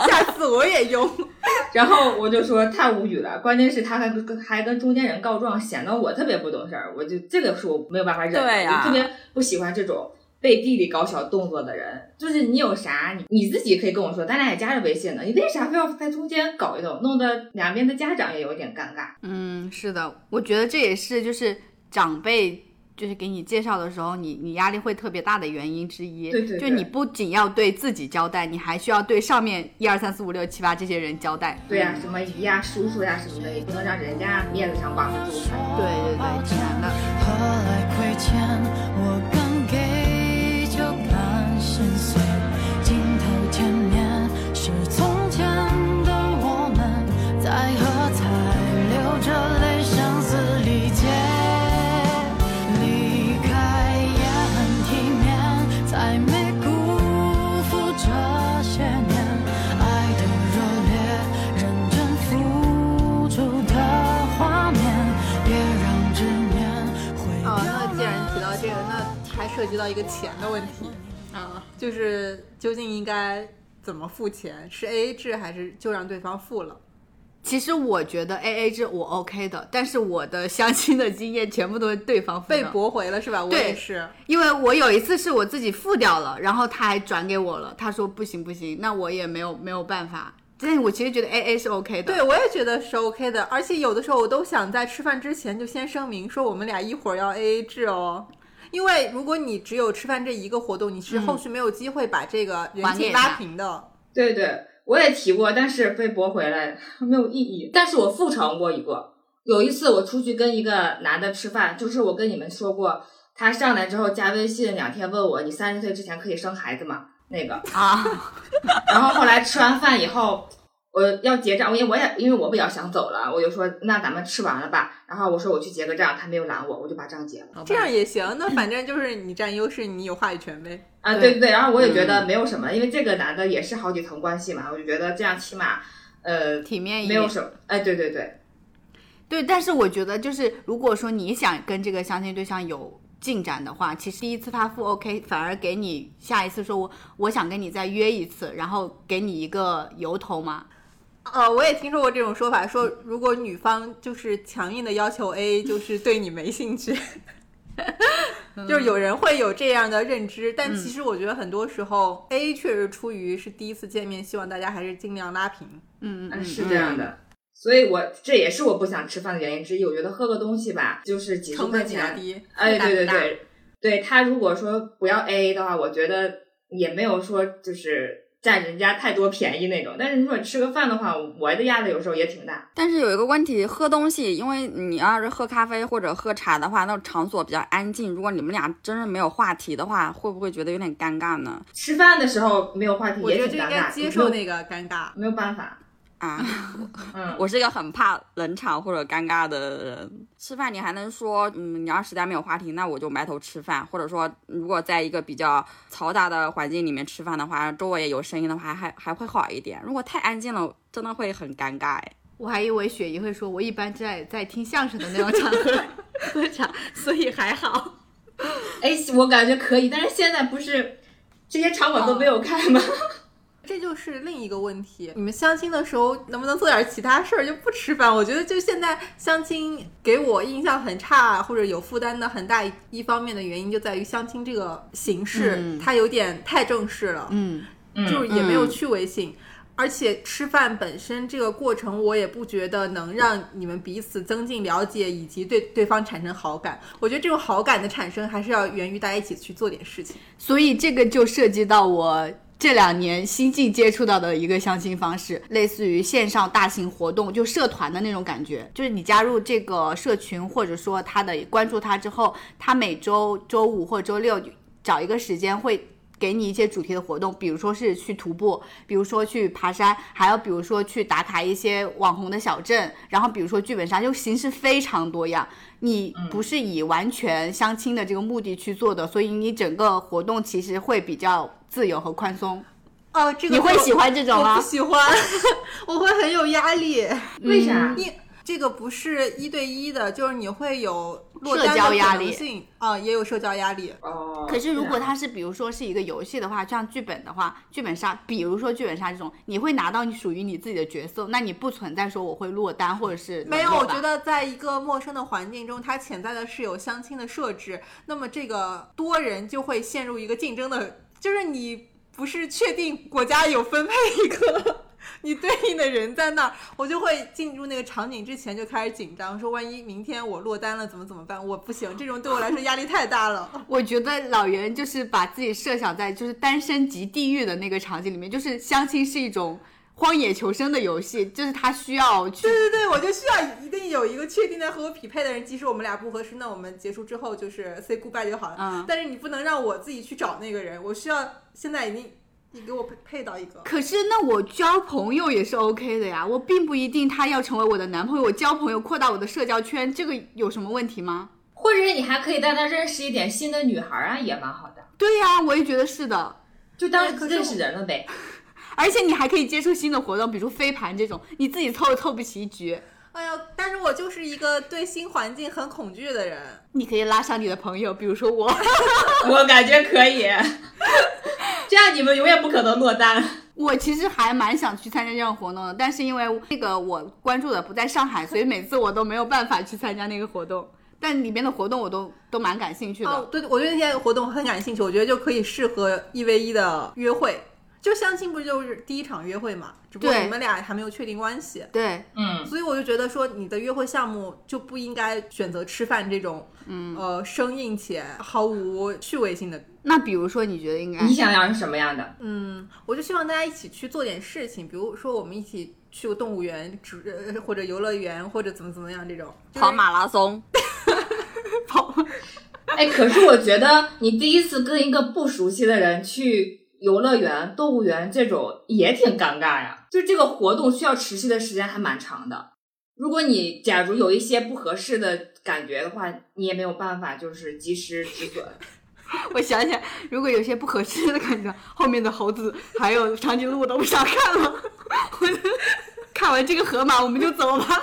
A: 下次我也用。
E: 然后我就说太无语了，关键是他还跟还跟中间人告状，显得我特别不懂事儿。我就这个是我没有办法忍的，
D: 对呀
E: 我特别不喜欢这种背地里搞小动作的人。就是你有啥，你你自己可以跟我说，咱俩也加着微信呢，你为啥非要在中间搞一弄，弄得两边的家长也有点尴尬。
C: 嗯，是的，我觉得这也是就是长辈就是给你介绍的时候，你你压力会特别大的原因之一。
E: 对对
C: 就
E: 对
C: 你不仅要对自己交代，你还需要对上面一二三四五六七八这些人交代。
E: 对呀、什么姨呀、叔叔呀、什么的，也不能让人家面子上挂不住。
C: 嗯对对对，挺难的。
F: 何来亏欠？我敢给就敢深邃。镜头前面是从前的我们，在喝彩，流着泪，声嘶力竭。离开也很体面，再没辜负这些年爱的热烈，认真付出的画面，别让执念 毁
A: 啊，
F: 掉。
A: 那既然提到这个，那还涉及到一个钱的问题
C: 嗯
A: 啊，就是究竟应该怎么付钱？是 A A 制还是就让对方付了？
C: 其实我觉得 A A 制我 OK 的，但是我的相亲的经验全部都是对方付的
A: 被驳回了是吧？我
C: 对
A: 也是。
C: 因为我有一次是我自己付掉了，然后他还转给我了，他说不行不行，那我也没有没有办法。但是我其实觉得 A A 是 OK 的，
A: 对，我也觉得是 OK 的，而且有的时候我都想在吃饭之前就先声明说我们俩一会儿要 AA 制哦，因为如果你只有吃饭这一个活动，你是后续没有机会把这个人
C: 嗯还
A: 气
C: 给
A: 拉
C: 他
A: 平的。
E: 对对，我也提过，但是被驳回了，没有意义。但是我复成过一个，有一次我出去跟一个男的吃饭，就是我跟你们说过，他上来之后加微信两天问我，你三十岁之前可以生孩子吗？那个，
C: 啊，
E: 然后后来吃完饭以后，我要结账，因为我也因为我比较想走了，我就说那咱们吃完了吧。然后我说我去结个账，他没有拦我，我就把账结了。
A: 这样也行，那反正就是你占优势，你有话语权呗。
E: 啊，
C: 对
E: 对对对，然后我也觉得没有什么，因为这个男的也是好几层关系嘛，我就觉得这样起码，呃，
C: 体面一
E: 没有
C: 点。
E: 什么，哎，对对对，
C: 对，但是我觉得就是如果说你想跟这个相亲对象有进展的话，其实第一次他付 OK，反而给你下一次说我我想跟你再约一次，然后给你一个由头嘛。
A: 呃，我也听说过这种说法，说如果女方就是强硬的要求 A，就是对你没兴趣。 就是有人会有这样的认知，但其实我觉得很多时候 A 确实出于是第一次见面，希望大家还是尽量拉平。
C: 嗯嗯
E: 嗯，
C: 嗯，
E: 是这样的。所以我这也是我不想吃饭的原因之一。我觉得喝个东西吧，就是几十
A: 成
E: 块
A: 本比较
E: 钱，
A: 低。
E: 哎，对
C: 负担
E: 对
C: 不大
E: 对，对他如果说不要 AA 的话，我觉得也没有说就是占人家太多便宜那种。但是如果吃个饭的话，我的压力有时候也挺大。
D: 但是有一个问题，喝东西，因为你要是喝咖啡或者喝茶的话，那种场所比较安静。如果你们俩真是没有话题的话，会不会觉得有点尴尬呢？
E: 吃饭的时候没有话题
A: 我觉
E: 也
A: 得就
E: 挺
A: 应
E: 尴
A: 该
E: 尬，
A: 接受
E: 没有
A: 那个尴尬。
E: 没有办法。
D: 啊，
E: 嗯，
D: 我是一个很怕冷场或者尴尬的人。吃饭你还能说，嗯，你要实在没有话题，那我就埋头吃饭，或者说，嗯如果在一个比较嘈杂的环境里面吃饭的话，周围也有声音的话，还还会好一点。如果太安静了，真的会很尴尬哎。
C: 我还以为雪姨会说，我一般在在听相声的那种场合喝茶，所以还好。
E: 哎，我感觉可以，但是现在不是这些长吻都被我看吗？
A: 哦这就是另一个问题。你们相亲的时候能不能做点其他事儿，就不吃饭？我觉得就现在相亲给我印象很差或者有负担的很大一方面的原因就在于相亲这个形式，
C: 嗯
A: 它有点太正式了，
C: 嗯，
E: 嗯
A: 就是也没有趣味性。而且吃饭本身这个过程，我也不觉得能让你们彼此增进了解，以及对对方产生好感。我觉得这种好感的产生，还是要源于大家一起去做点事情。
C: 所以这个就涉及到我这两年新近接触到的一个相亲方式，类似于线上大型活动，就社团的那种感觉。就是你加入这个社群，或者说他的关注他之后，他每周周五或周六找一个时间会。给你一些主题的活动，比如说是去徒步，比如说去爬山，还有比如说去打卡一些网红的小镇，然后比如说剧本杀，就形式非常多样。你不是以完全相亲的这个目的去做的，所以你整个活动其实会比较自由和宽松。
A: 哦，这个
C: 你会
A: 就
C: 喜欢这种
A: 我
C: 吗
A: 不？喜欢， 我会很有压力。
E: 为啥？
A: 你这个不是一对一的，就是你会有落
C: 社
A: 单的
C: 交
A: 可
C: 压
A: 能
C: 力
A: 性啊、也有社交压力。
E: 哦，
C: 可是如果
E: 这样
C: 它是比如说是一个游戏的话，像剧本的话，剧本杀，比如说剧本杀这种，你会拿到你属于你自己的角色，那你不存在说我会落单或者是
A: 没有，
C: 冷落
A: 我
C: 吧
A: 觉得在一个陌生的环境中，它潜在的是有相亲的设置，那么这个多人就会陷入一个竞争的，就是你不是确定国家有分配一个 你对应的人在那儿，我就会进入那个场景之前就开始紧张，说万一明天我落单了怎么怎么办？我不行，这种对我来说压力太大了。
C: 我觉得老袁就是把自己设想在就是单身即地狱的那个场景里面，就是相亲是一种荒野求生的游戏，就是他需要去
A: 对对对，我就需要一定有一个确定的和我匹配的人，即使我们俩不合适，那我们结束之后就是 say goodbye 就好了。
C: 嗯
A: 但是你不能让我自己去找那个人，我需要现在已经你给我配配到一个。
C: 可是那我交朋友也是 OK 的呀，我并不一定他要成为我的男朋友，我交朋友扩大我的社交圈，这个有什么问题吗？
E: 或者你还可以带他认识一点新的女孩啊，也蛮好的，
C: 对呀、我也觉得是的。
E: 就当
A: 可是
E: 认识人了呗。
C: 而且你还可以接触新的活动，比如飞盘这种，你自己凑也凑不齐一局，
A: 哎呀，但是我就是一个对新环境很恐惧的人。
C: 你可以拉上你的朋友，比如说我。
E: 我感觉可以， 这样你们永远不可能落单。
C: 我其实还蛮想去参加这样活动的，但是因为那个我关注的不在上海，所以每次我都没有办法去参加那个活动。但里面的活动我都都蛮感兴趣的。
A: 哦，对，我对那些活动很感兴趣，我觉得就可以适合一 v 一的约会。就相亲不就是第一场约会嘛？只不过
C: 对
A: 你们俩还没有确定关系。
C: 对，
E: 嗯，
A: 所以我就觉得说，你的约会项目就不应该选择吃饭这种，嗯，呃，生硬且毫无趣味性的。
C: 那比如说你觉得应该
E: 你想要是什么样的？
A: 嗯，我就希望大家一起去做点事情，比如说我们一起去动物园，只呃或者游乐园，或者怎么怎么样这种。
D: 跑马拉松，
E: 哎，可是我觉得你第一次跟一个不熟悉的人去游乐园、动物园这种也挺尴尬呀、就这个活动需要持续的时间还蛮长的。如果你假如有一些不合适的感觉的话，你也没有办法就是及时止损。
C: 我想想，如果有些不合适的感觉，后面的猴子还有长颈鹿我都不想看了。我就看完这个河马我们就走吧。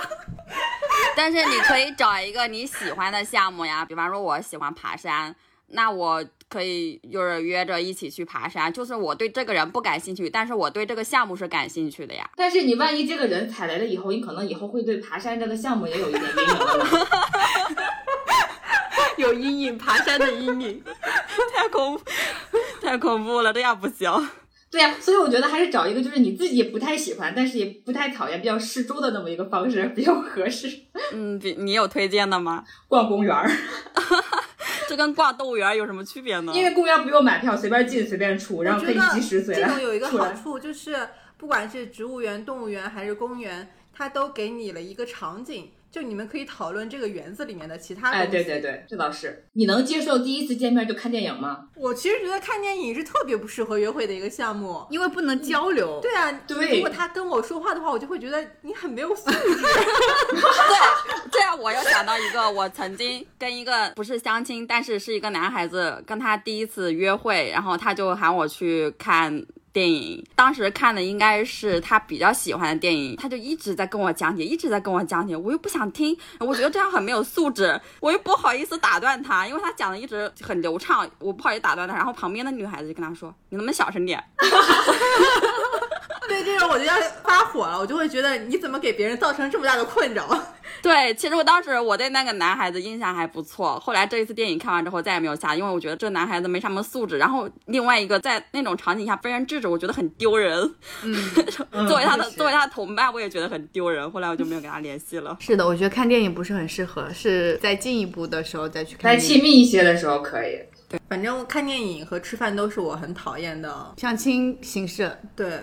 D: 但是你可以找一个你喜欢的项目呀，比方说我喜欢爬山，那我可以就是约着一起去爬山。就是我对这个人不感兴趣，但是我对这个项目是感兴趣的呀。
E: 但是你万一这个人踩雷了以后，你可能以后会对爬山这个项目也有一点阴影了。
C: 有阴影，爬山的阴影。
D: 太恐怖， 太恐怖了，这样不行。
E: 对呀、所以我觉得还是找一个就是你自己也不太喜欢，但是也不太讨厌，比较适中的那么一个方式比较合适。
D: 嗯，比你有推荐的吗？
E: 逛公园儿。
D: 这跟逛动物园有什么区别呢？
E: 因为公园不用买票，随便进随便出，然
A: 我
E: 后可以
A: 觉得
E: 及时随
A: 这种有一个
E: 出
A: 好
E: 来。
A: 处就是，不管是植物园、动物园还是公园，它都给你了一个场景，就你们可以讨论这个园子里面的其他东
E: 哎，
A: 西。
E: 对对对，这倒是。你能接受第一次见面就看电影吗？
A: 我其实觉得看电影是特别不适合约会的一个项目。
C: 因为不能交流，
A: 对啊，
E: 对
A: 如果他跟我说话的话，我就会觉得你很没有 素质。
D: 对， 这样我又想到一个，我曾经跟一个不是相亲，但是是一个男孩子，跟他第一次约会，然后他就喊我去看电影，当时看的应该是他比较喜欢的电影，他就一直在跟我讲解，一直在跟我讲解，我又不想听，我觉得这样很没有素质，我又不好意思打断他，因为他讲的一直很流畅，我不好意思打断他。然后旁边的女孩子就跟他说：“你能不能小声点
A: 对这种我就要发火了，我就会觉得你怎么给别人造成这么大的困扰？？”
D: 对，其实我当时我对那个男孩子印象还不错，后来这一次电影看完之后再也没有下，因为我觉得这男孩子没什么素质。然后另外一个在那种场景下被人制止，我觉得很丢人。
E: 嗯
D: 作为他的
E: 确实
D: 作为他的同伴，我也觉得很丢人。后来我就没有跟他联系了。
C: 是的，我觉得看电影不是很适合，是在进一步的时候再去看
E: 在
C: 电影。
E: 亲密一些的时候可以，
A: 反正看电影和吃饭都是我很讨厌的，
C: 相亲形式，
A: 对，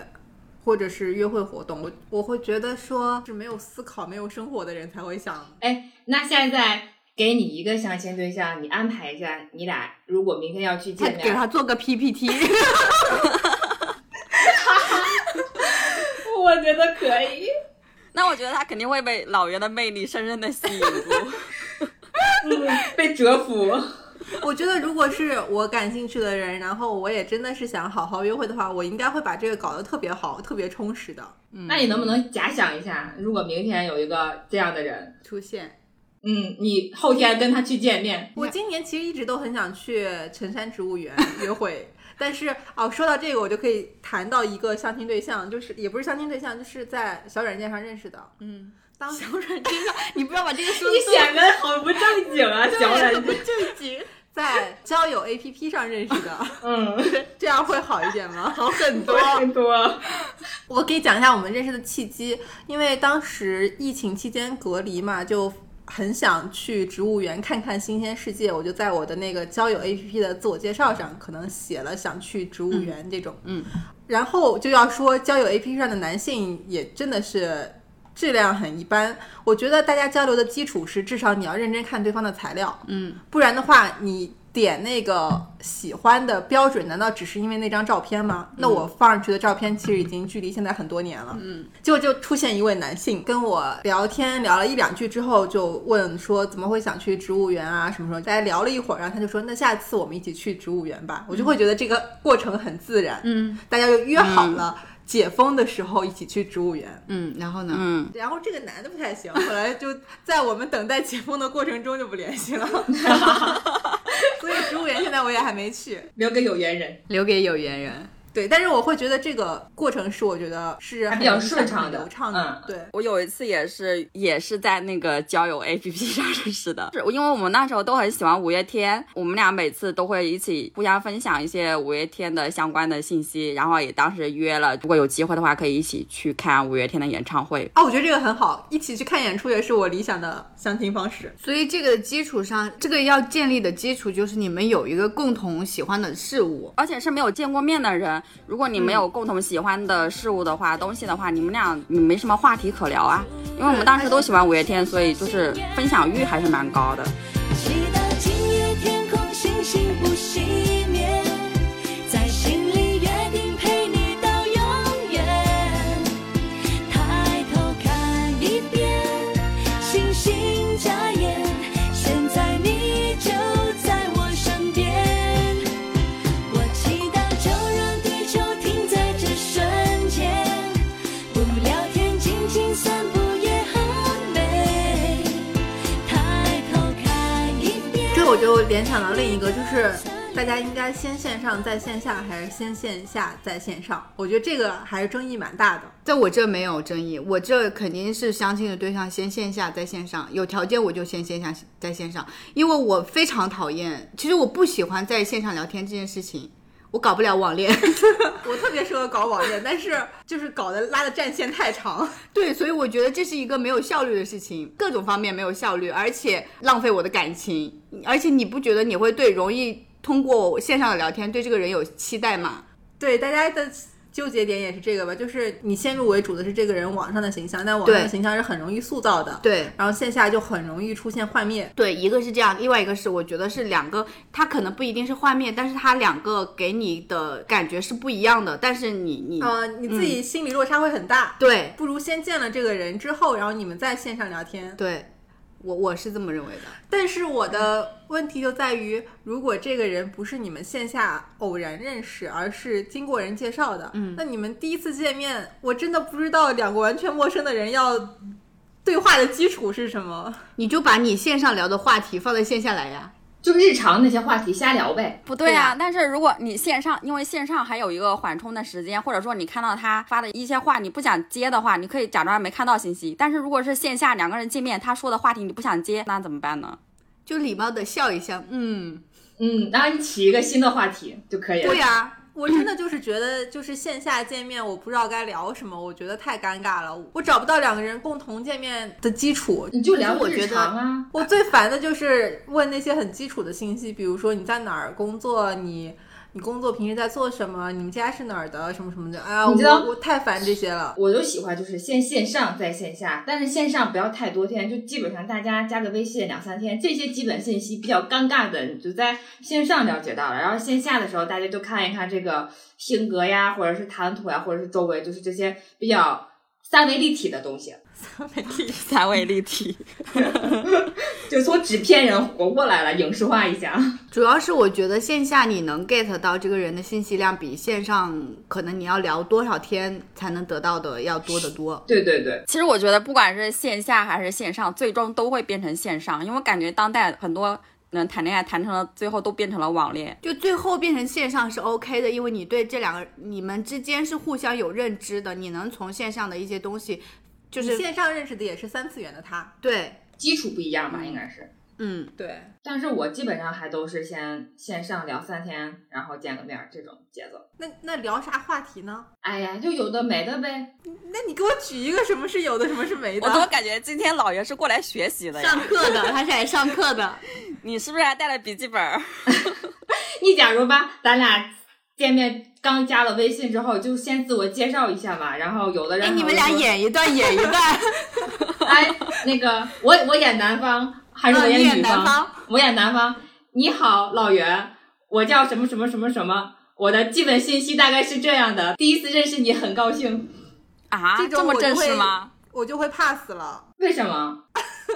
A: 或者是约会活动，我我会觉得说是没有思考、没有生活的人才会想。
E: 哎，那现在给你一个相亲对象，你安排一下，你俩如果明天要去
C: 他
E: 见
C: 给
E: 面，
C: 他做个 PPT，
E: 我觉得可以。
D: 那我觉得他肯定会被老袁的魅力深深的吸引住。
A: 嗯
E: 被折服。
A: 我觉得如果是我感兴趣的人，然后我也真的是想好好约会的话，我应该会把这个搞得特别好、特别充实的
E: 嗯那你能不能假想一下，如果明天有一个这样的人，
A: 出现。
E: 嗯，你后天跟他去见面，
A: 我今年其实一直都很想去辰山植物园约会，但是哦，说到这个，我就可以谈到一个相亲对象，就是也不是相亲对象，就是在小软件上认识的。
C: 嗯，
A: 当时
C: 你不要把这个说
E: 你显得好不正 经啊，小冉。
A: 正经，在交友 APP 上认识的，
E: 嗯，
A: 这样会好一点吗？好很多。
E: 太多。
A: 我给你讲一下我们认识的契机，因为当时疫情期间隔离嘛，就很想去植物园看看新鲜世界。我就在我的那个交友 APP 的自我介绍上，可能写了想去植物园这种。
C: 嗯
A: 然后就要说交友 APP 上的男性也真的是质量很一般。我觉得大家交流的基础是，至少你要认真看对方的材料。
C: 嗯，
A: 不然的话，你点那个喜欢的标准，难道只是因为那张照片吗？那我放上去的照片其实已经距离现在很多年了。嗯，结果就出现一位男性跟我聊天，聊了一两句之后，就问说怎么会想去植物园啊什么什么。大家聊了一会儿，然后他就说那下次我们一起去植物园吧。我就会觉得这个过程很自然，
C: 嗯
A: 大家就约好了解封的时候一起去植物园。
C: 嗯，然后呢？
D: 嗯，
A: 然后这个男的不太行，后来就在我们等待解封的过程中就不联系了。 所以植物园现在我也还没去。
E: 留给有缘人，
C: 留给有缘人。
A: 对，但是我会觉得这个过程是我觉得是
E: 还
A: 很
E: 比较
A: 理想
E: 顺畅的
A: 流畅
E: 嗯
A: 对，
D: 我有一次也是也是在那个交友 APP 上认识的，是因为我们那时候都很喜欢五月天，我们俩每次都会一起互相分享一些五月天的相关的信息，然后也当时约了，如果有机会的话可以一起去看五月天的演唱会。
A: 啊，我觉得这个很好，一起去看演出也是我理想的相亲方式。
C: 所以这个基础上，这个要建立的基础就是你们有一个共同喜欢的事物。
D: 而且是没有见过面的人，如果你没有共同喜欢的事物的话、东西的话，你们俩没什么话题可聊啊。因为我们当时都喜欢五月天，所以就是分享欲还是蛮高的。
F: 直到今夜天空星星不熄灭，在心里约定陪你到永远。抬头看一遍，星星眨眼，现在你就在我身边。我祈祷就让地球停在这瞬间，不聊天，静静散步也很美。抬头看一遍。
A: 这我就联想到另一个，就是大家应该先线上在线下，还是先线下在线上？我觉得这个还是争议蛮大的。
C: 在我这没有争议，我这肯定是相亲的对象先线下再线上，有条件我就先线下再线上，因为我非常讨厌，其实我不喜欢在线上聊天这件事情，我搞不了网恋。
A: 我特别适合搞网恋，但是就是搞得拉的战线太长。
C: 对，所以我觉得这是一个没有效率的事情，各种方面没有效率，而且浪费我的感情。而且你不觉得你会对容易通过线上的聊天对这个人有期待吗？
A: 对，大家的纠结点也是这个吧，就是你先入为主的是这个人网上的形象，但网上的
C: 对
A: 形象是很容易塑造的，
C: 对。
A: 然后线下就很容易出现幻灭。
C: 对，一个是这样，另外一个是我觉得是两个，它可能不一定是画面，但是它两个给你的感觉是不一样的。但是你你、
A: 呃，你自
C: 嗯
A: 己心理落差会很大，
C: 对
A: 不如先见了这个人之后，然后你们在线上聊天。
C: 对，我我是这么认为的。
A: 但是我的问题就在于，如果这个人不是你们线下偶然认识，而是经过人介绍的，嗯，那你们第一次见面，我真的不知道两个完全陌生的人要对话的基础是什么。
C: 你就把你线上聊的话题放在线下来呀。
E: 就日常那些话题瞎聊呗。
D: 不对啊，但是如果你线上，因为线上还有一个缓冲的时间，或者说你看到他发的一些话，你不想接的话，你可以假装没看到信息。但是如果是线下两个人见面，他说的话题你不想接，那怎么 办呢？
C: 就礼貌的笑一下，嗯，
E: 嗯，然后你起一个新的话题就可以
C: 啊
E: 了。
A: 对呀、 我真的就是觉得，就是线下见面，我不知道该聊什么，我觉得太尴尬了，我找不到两个人共同见面的基础。
E: 你就
C: 可
E: 聊
C: 是我
E: 日
C: 觉得
E: 常啊。
A: 我最烦的就是问那些很基础的信息，比如说你在哪儿工作，你你工作平时在做什么，你们家是哪儿的，什么什么的。哎呀，
E: 你知道
A: 我我太烦这些了。
E: 我就喜欢就是先线上再线下，但是线上不要太多天，就基本上大家加个微信两三天，这些基本信息比较尴尬的，你就在线上了解到了，然后线下的时候大家就看一看这个性格呀，或者是谈吐呀，或者是周围就是这些比较三维立体的东西，
D: 三位立体，
E: 就从纸片人活过来了，影视化一下。
C: 主要是我觉得线下你能 get 到这个人的信息量，比线上可能你要聊多少天才能得到的要多得多。
E: 对对对，
D: 其实我觉得不管是线下还是线上，最终都会变成线上，因为我感觉当代很多人谈恋爱谈成了，最后都变成了网恋。
C: 就最后变成线上是 OK 的，因为你对这两个你们之间是互相有认知的，你能从线上的一些东西，就
A: 你
C: 是
A: 线上认识的也是三次元的他，
C: 对，
E: 基础不一样吧，应该是。
C: 嗯，
A: 对，
E: 但是我基本上还都是先线上聊三天，然后见个面儿这种节奏。
A: 那那聊啥话题呢？
E: 哎呀，就有的没的呗，
A: 那你给我举一个什么是有的，什么是没
D: 我怎么
A: 的？
D: 感觉今天老爷是过来学习的呀
C: 上？课的，他是来上课的，
D: 你是不是还带了笔记本儿？
E: 你假如吧，咱俩见面刚加了微信之后，就先自我介绍一下吧。然后有的人
C: 哎，
E: 还会
C: 你们俩
E: 说，
C: 演一段，演一段，
E: 哎，那个我我演男方还是
C: 啊
E: 我
C: 你
E: 演
C: 演
E: 女
C: 男方，
E: 我演男方。你好，老袁，我叫什么什么什么什么。我的基本信息大概是这样的：第一次认识你，很高兴。
D: 啊，
A: 这种
D: 么
A: 我就
D: 正式
A: 会
D: 吗？
A: 我就会 pass 了。
E: 为什么？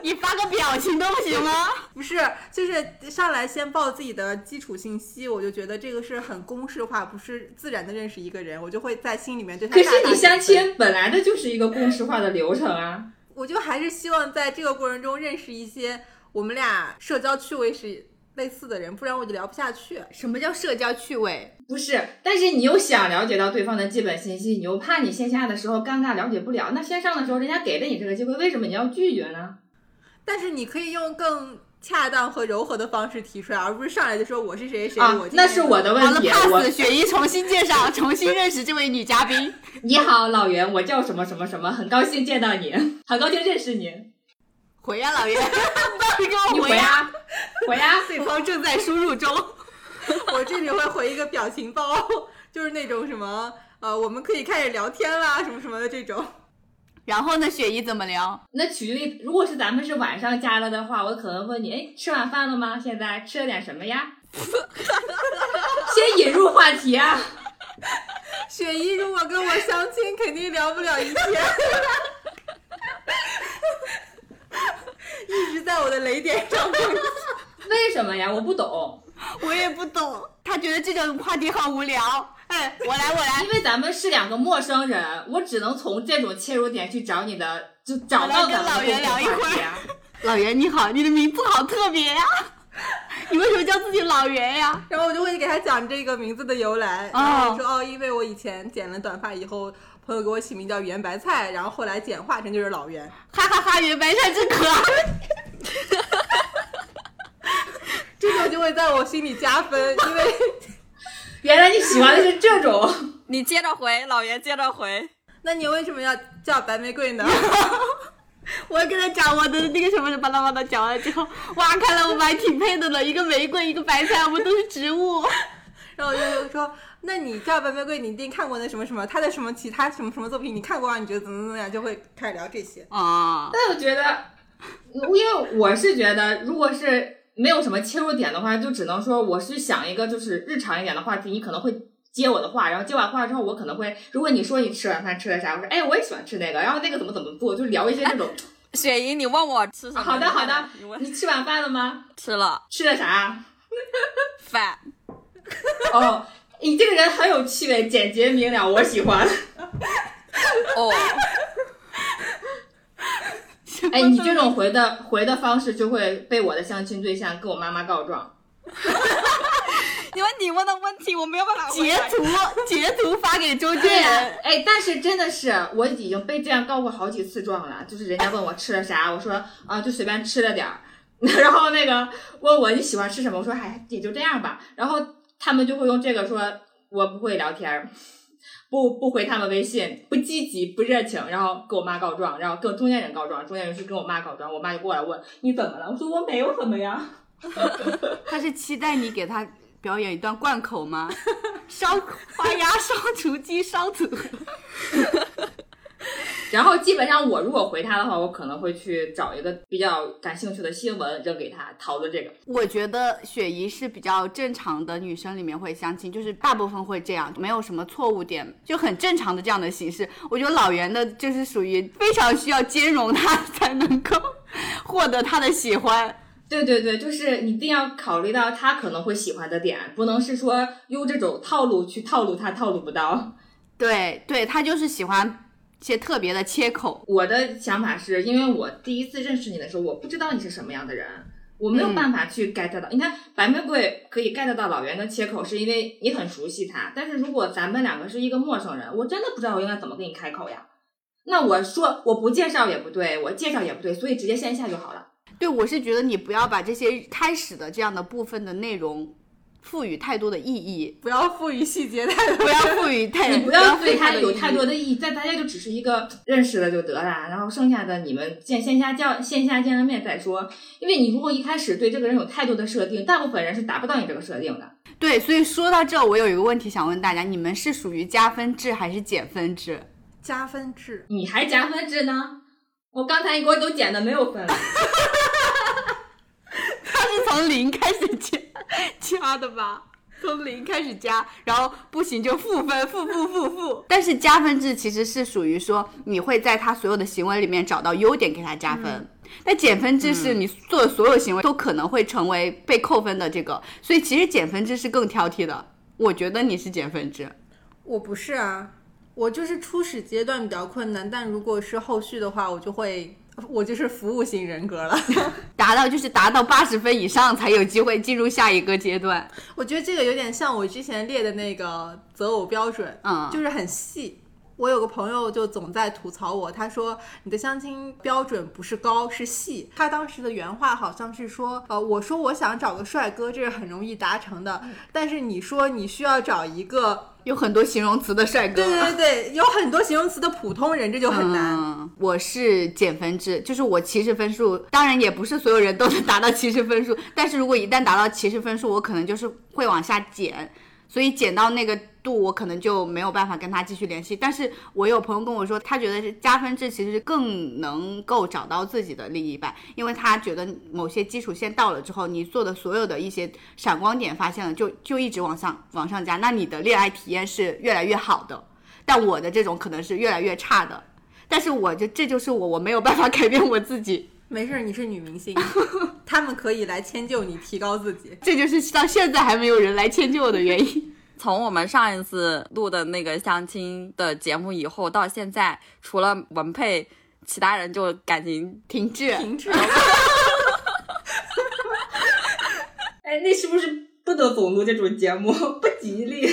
C: 你发个表情都不行吗？
A: 不是，就是上来先报自己的基础信息，我就觉得这个是很公式化，不是自然的认识一个人，我就会在心里面对他。
E: 可是你相，亲本来的就是一个公式化的流程啊。
A: 我就还是希望在这个过程中认识一些我们俩社交趣味是类似的人，不然我就聊不下去。
C: 什么叫社交趣味？
E: 不是，但是你又想了解到对方的基本信息，你又怕你线下的时候尴尬了解不了，那线上的时候人家给了你这个机会，为什么你要拒绝呢？
A: 但是你可以用更恰当和柔和的方式提出来，而不是上来就说我是谁谁，
E: 啊
A: 我，今
E: 那
A: 天
E: 是我
C: 好
E: 的问
C: 了
E: 题。
C: ，pass，
E: 我
C: 雪姨重新介绍，重新认识这位女嘉宾。
E: 你好，老袁，我叫什么什么什么，很高兴见到你，很高兴认识你。
C: 回呀、老爷，快给
E: 你
C: 我
E: 回
C: 回呀、
E: 啊，回啊，
C: 对方正在输入中。
A: 我这里会回一个表情包， 就是那种什么呃，我们可以开始聊天啦，什么什么的这种。
C: 然后呢，雪姨怎么聊？
E: 那取决于，如果是咱们是晚上加了的话，我可能问你，哎，吃晚饭了吗？现在吃了点什么呀？ 先引入话题啊。
A: 雪姨如果跟我相亲，肯定聊不了一天，一直在我的雷点上。
E: 为什么呀？我不懂。
C: 我也不懂，她觉得这种话题好无聊。哎，我来，我来
E: 因，为咱们是两个陌生人，我只能从这种切入点去找你的，就找到咱们的共同话题
C: 我来跟老袁聊一会
E: 啊。
C: 老袁你好，你的名字好特别呀、你为什么叫自己老袁呀、
A: 然后我就会给他讲这个名字的由来，然后我说哦，因为我以前剪了短发以后，朋友给我起名叫圆白菜，然后后来简化成就是老袁。
C: 哈哈哈，袁白菜真可爱。
A: 这种就会在我心里加分，因为
E: 原来你喜欢的是这 种，
D: 你接着回，老爷接着回。
A: 那你为什么要叫白玫瑰呢？
C: 我跟他讲我的那个什么的，巴拉巴拉讲完之后，哇，看来我们还挺配的呢，一个玫瑰，一个白菜，我们都是植物。
A: 然后我就说，那你叫白玫瑰，你一定看过那什么什么，他的什么其他什么什么作品你看过啊？你觉得怎么怎么样？就会开始聊这些。
D: 哦
C: 啊，
E: 但我觉得，因为我是觉得，如果是没有什么切入点的话，就只能说我是想一个就是日常一点的话题，你可能会。接我的话，然后接完话之后，我可能会，如果你说你吃晚饭吃的啥，我说哎，我也喜欢吃那个，然后那个怎么怎么做，就聊一些这种
D: 雪姨，你问我吃什么？
E: 好的好的
D: 你，问
E: 你吃晚饭了吗？
D: 吃了
E: 吃的啥？
D: 饭，
E: 哦，你这个人很有趣味，简洁明了，我喜欢。
D: 哦，
E: 哎，你这种回的回的方式就会被我的相亲对象跟我妈妈告状。
D: 因为你问的问题我没有办法回
C: 截
D: 答。
C: 图截图发给周
E: 对
C: 杰
E: 呀、
C: 伦，
E: 哎，但是真的是我已经被这样告过好几次状了，就是人家问我吃了啥，我说啊就随便吃了点儿， 然后那个问我你喜欢吃什么，我说哎也就这样吧，然后他们就会用这个说我不会聊天儿。不不回他们微信，不积极不热情，然后跟我妈告状，然后跟中间人告状，中间人是跟我妈告状，我妈就过来问你怎么了，我说我没有怎么呀，
C: 他是期待你给他表演一段贯口吗？烧花鸭、烧雏鸡、烧土，
E: 然后基本上我如果回他的话，我可能会去找一个比较感兴趣的新闻扔给他讨论这个。
C: 我觉得雪姨是比较正常的女生里面会相亲，就是大部分会这样，没有什么错误点，就很正常的这样的形式。我觉得老袁的就是属于非常需要兼容他才能够 获得他的喜欢。
E: 对对对，就是你一定要考虑到他可能会喜欢的点，不能是说用这种套路去套路他，套路不到。
C: 对对，他就是喜欢一些特别的切口。
E: 我的想法是因为我第一次认识你的时候，我不知道你是什么样的人，我没有
C: 嗯
E: 办法去 get 到。你看白玫瑰可以 get 到老袁的切口，是因为你很熟悉他，但是如果咱们两个是一个陌生人，我真的不知道我应该怎么跟你开口呀。那我说我不介绍也不对，我介绍也不对，所以直接线下就好了。
C: 对我是觉得你不要把这些开始的这样的部分的内容赋予太多的意义，
A: 不要赋予细节太多
C: 不。要赋予太
E: 你不要
C: 要赋
E: 对
C: 予
E: 他
C: 的
E: 有
C: 意义
E: 太多的意义，但大家就只是一个认识了就得了，然后剩下的你们见线下见线下见了面再说。因为你如果一开始对这个人有太多的设定，大部分人是达不到你这个设定的。
C: 对，所以说到这，我有一个问题想问大家：你们是属于加分制还是减分制？
A: 加分制，
E: 你还加分制呢？我刚才一锅都减的没有分，
C: 他是从零开始加加的吧？从零开始加，然后不行就负分，负负负负。但是加分制其实是属于说，你会在他所有的行为里面找到优点给他加分。但减分制是你做的所有行为都可能会成为被扣分的这个，所以其实减分制是更挑剔的。我觉得你是减分制，
A: 我不是啊，我就是初始阶段比较困难，但如果是后续的话，我就会，我就是服务型人格了。
C: 达到就是达到八十分以上才有机会进入下一个阶段。
A: 我觉得这个有点像我之前列的那个择偶标准，
C: 嗯
A: 就是很细。我有个朋友就总在吐槽我，他说你的相亲标准不是高是细。他当时的原话好像是说，呃，我说我想找个帅哥，这是很容易达成的，但是你说你需要找一个，
C: 有很多形容词的帅哥。
A: 对对对，有很多形容词的普通人，这就很难。
C: 嗯，我是减分制，就是我七十分数，当然也不是所有人都能达到七十分数，但是如果一旦达到七十分数，我可能就是会往下减，所以减到那个度，我可能就没有办法跟他继续联系。但是我有朋友跟我说，他觉得是加分制其实更能够找到自己的另一半，因为他觉得某些基础线到了之后，你做的所有的一些闪光点发现了，就就一直往上往上加，那你的恋爱体验是越来越好的。但我的这种可能是越来越差的，但是我就这就是我，我没有办法改变我自己，
A: 没事儿，你是女明星，他们可以来迁就你，提高自己。
C: 这就是到现在还没有人来迁就我的原 因。
D: 从我们上一次录的那个相亲的节目以后到现在，除了文佩，其他人就感情
C: 停滞，
A: 停止。
E: 哎，那是不是不得总录这种节目？不吉利。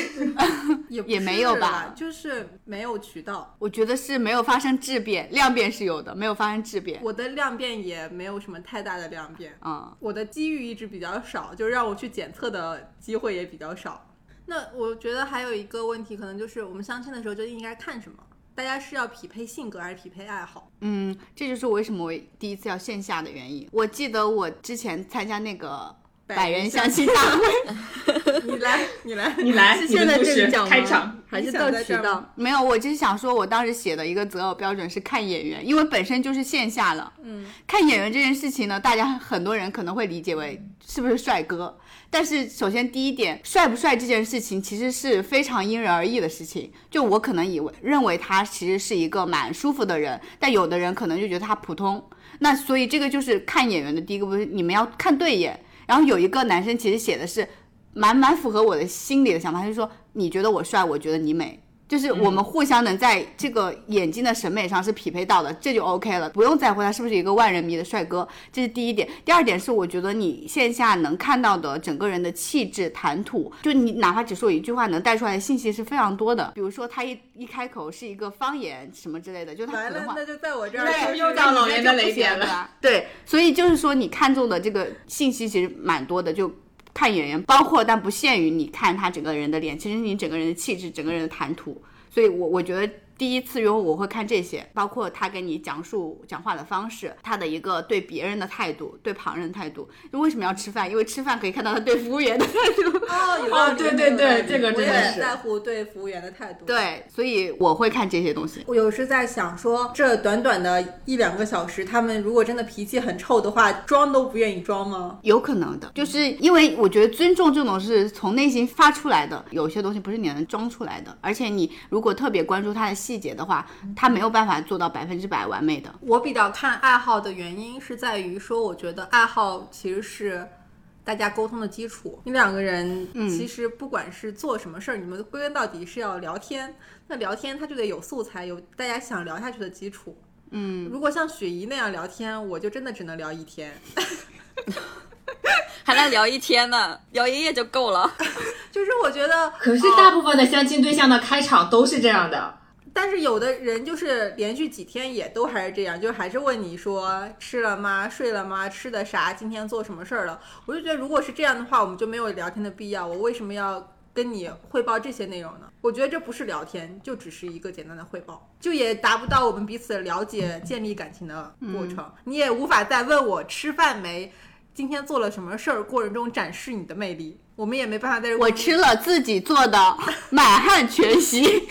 A: 也不
C: 也没有
A: 是
C: 吧
A: 啦就是没有渠道。
C: 我觉得是没有发生质变，量变是有的，没有发生质变。
A: 我的量变也没有什么太大的量变，
C: 嗯，
A: 我的机遇一直比较少，就让我去检测的机会也比较少。那我觉得还有一个问题，可能就是我们相亲的时候就应该看什么？大家是要匹配性格还是匹配爱好？
C: 嗯，这就是为什么我第一次要线下的原因。我记得我之前参加那个百人相亲大会，
A: 你来，你来，
E: 你来，
C: 是
E: 你
C: 现
E: 的
C: 在
E: 故
C: 这
E: 事
C: 里讲吗
E: 开场。
C: 还是
A: 你想
C: 到
A: 在
C: 渠
A: 这儿
C: 道
A: 吗？
C: 没有，我就是想说，我当时写的一个择偶标准是看眼缘，因为本身就是线下了。嗯，看眼缘这件事情呢，大家很多人可能会理解为是不是帅哥，但是首先第一点，帅不帅这件事情其实是非常因人而异的事情。就我可能以为认为他其实是一个蛮舒服的人，但有的人可能就觉得他普通。那所以这个就是看演员的第一个部分，你们要看对眼。然后有一个男生其实写的是蛮蛮符合我的心里的想法，他就说你觉得我帅，我觉得你美。就是我
A: 嗯
C: 们互相能在这个眼睛的审美上是匹配到的，这就 OK 了，不用在乎他是不是一个万人迷的帅哥，这是第一点。第二点是，我觉得你线下能看到的整个人的气质、谈吐，就你哪怕只说一句话，能带出来的信息是非常多的。比如说他一一开口是一个方言什么之类的，就他
A: 完
C: 普
A: 了
C: 通话，
A: 那就在我这儿
C: 对，
A: 又
C: 到老年的雷点了。对，所以就是说，你看中的这个信息其实蛮多的，就看演员，包括但不限于你看他整个人的脸，其实你整个人的气质、整个人的谈吐。所以我我觉得第一次约会我会看这些，包括他跟你讲述讲话的方式，他的一个对别人的态度，对旁人的态度。就为什么要吃饭？因为吃饭可以看到他对服务员的态度。
A: 哦，有道理
E: 哦对对对
A: 有道理
E: 这个真的
A: 我也很
E: 是
A: 在乎对服务员的态度。。
C: 对，所以我会看这些东西。
A: 我有时在想说，这短短的一两个小时，他们如果真的脾气很臭的话，装都不愿意装吗？
C: 有可能的，就是因为我觉得尊重这种是从内心发出来的，有些东西不是你能装出来的，而且你如果特别关注它的细节的话，它没有办法做到百分之百完美的。
A: 我比较看爱好的原因是在于说，我觉得爱好其实是大家沟通的基础。你两个人
D: 嗯
A: 其实不管是做什么事儿，你们归根到底是要聊天。那聊天它就得有素材，有大家想聊下去的基础。嗯，如果像雪姨那样聊天，我就真的只能聊一天。
D: 还能聊一天呢，聊一夜就够了。
A: 就是我觉得，
E: 可是
A: 哦
E: 大部分的相亲对象的开场都是这样的，
A: 但是有的人就是连续几天也都还是这样，就还是问你说吃了吗？睡了吗？吃的啥？今天做什么事儿了？我就觉得如果是这样的话，我们就没有聊天的必要。我为什么要跟你汇报这些内容呢？我觉得这不是聊天，就只是一个简单的汇报，就也达不到我们彼此了解、建立感情的过程。
C: 嗯
A: 你也无法再问我吃饭没，今天做了什么事儿过程中展示你的魅力。我们也没办法在这个
C: 我
A: 过程中
C: 吃了自己做的满汉全席，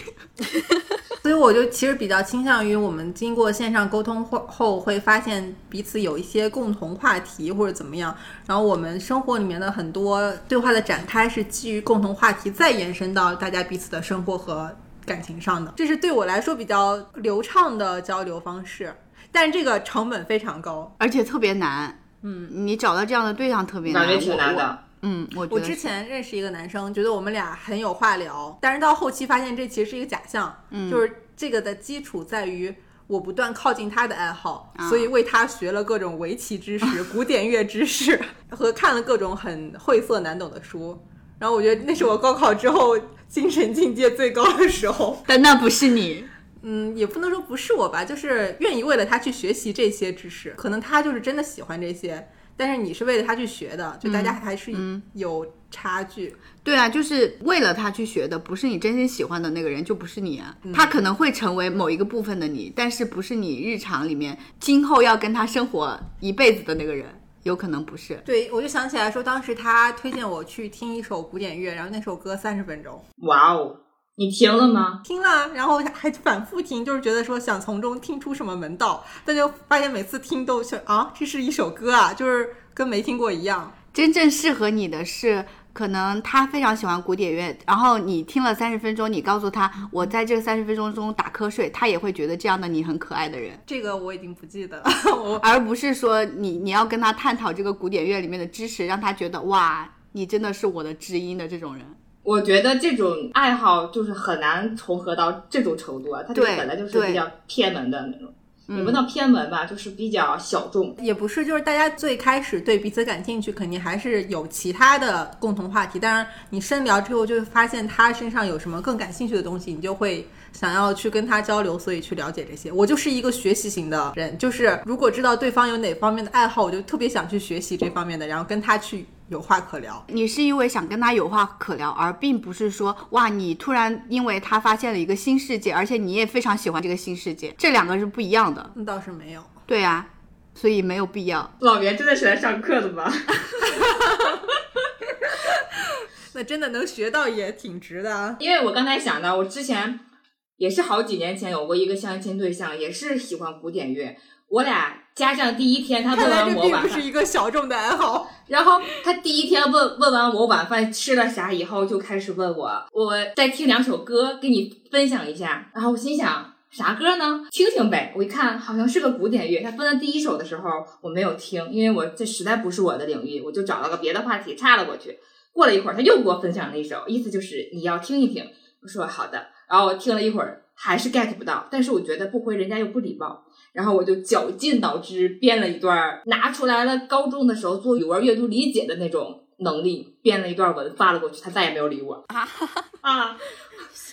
A: 所以我就其实比较倾向于我们经过线上沟通后后会发现彼此有一些共同话题或者怎么样，然后我们生活里面的很多对话的展开是基于共同话题再延伸到大家彼此的生活和感情上的，这是对我来说比较流畅的交流方式，但是这个成本非常高。
C: 而且特别难。嗯，你找到这样的对象特别难，
E: 感觉挺
C: 我
E: 难。
C: 我
E: 的。
C: 嗯，我觉
A: 我
C: 得
A: 之
C: 是
A: 前认识一个男生，觉得我们俩很有话聊，但是到后期发现这其实是一个假象，
C: 嗯
A: 就是这个的基础在于。我不断靠近他的爱好，
C: 啊
A: 所以为他学了各种围棋 知识、古典乐知识和看了各种很晦涩难懂的书。然后我觉得那是我高考之后精神境界最高的时 候。
C: 但那不是你。
A: 嗯，也不能说不是我吧，就是愿意为了他去学习这些知识，可能他就是真的喜欢这些，但是你是为了他去学的，就大家还是有差距。
C: 对啊，就是为了他去学的，不是你真心喜欢的那个人，就不是你啊。他可能会成为某一个部分的你，但是不是你日常里面今后要跟他生活一辈子的那个人，有可能不是。
A: 对，我就想起来说，当时他推荐我去听一首古典乐，然后那首歌三十分钟，
E: 哇哦，你听了吗？
A: 听了，然后还反复听，就是觉得说想从中听出什么门道，但就发现每次听都是啊，这是一首歌啊，就是跟没听过一样。
C: 真正适合你的是，可能他非常喜欢古典乐，然后你听了三十分钟，你告诉他我在这三十分钟中打瞌睡，他也会觉得这样的你很可爱的人。
A: 这个我已经不记得了，我
C: 而不是说你你要跟他探讨这个古典乐里面的知识，让他觉得哇，你真的是我的知音的这种人。
E: 我觉得这种爱好就是很难重合到这种程度啊，它这
C: 对嗯
E: 本来就是比较偏门的那种，也不能偏门吧，就是比较小众。
A: 也不是，就是大家最开始对彼此感兴趣，肯定还是有其他的共同话题。当然，你深聊之后，就会发现他身上有什么更感兴趣的东西，你就会想要去跟他交流，所以去了解这些。我就是一个学习型的人，就是如果知道对方有哪方面的爱好，我就特别想去学习这方面的，然后跟他去有话可聊。
C: 你是因为想跟他有话可聊，而并不是说哇，你突然因为他发现了一个新世界，而且你也非常喜欢这个新世界，这两个是不一样的。
A: 那嗯倒是没有，
C: 对啊，所以没有必要。
E: 老袁真的是来上课的吗？
A: 那真的能学到也挺值的啊。
E: 因为我刚才想到，我之前也是好几年前有过一个相亲对象，也是喜欢古典乐。我俩加上第一天，他
A: 看
E: 问
A: 来
E: 完
A: 这
E: 我
A: 并
E: 晚
A: 不是
E: 饭，
A: 一个小众的爱好。
E: 然后他第一天问问完我晚饭吃了啥以后，就开始问我，我再听两首歌给你分享一下。然后我心想，啥歌呢？听听呗。我一看好像是个古典乐，它分的第一首的时候我没有听，因为我这实在不是我的领域，我就找了个别的话题岔了过去。过了一会儿，他又给我分享了一首，意思就是你要听一听。我说好的，然后我听了一会儿还是 get 不到，但是我觉得不回人家又不礼貌，然后我就绞尽脑汁编了一段儿，拿出来了高中的时候做语文阅读理解的那种能力，编了一段文发了过去，他再也没有理我啊 啊！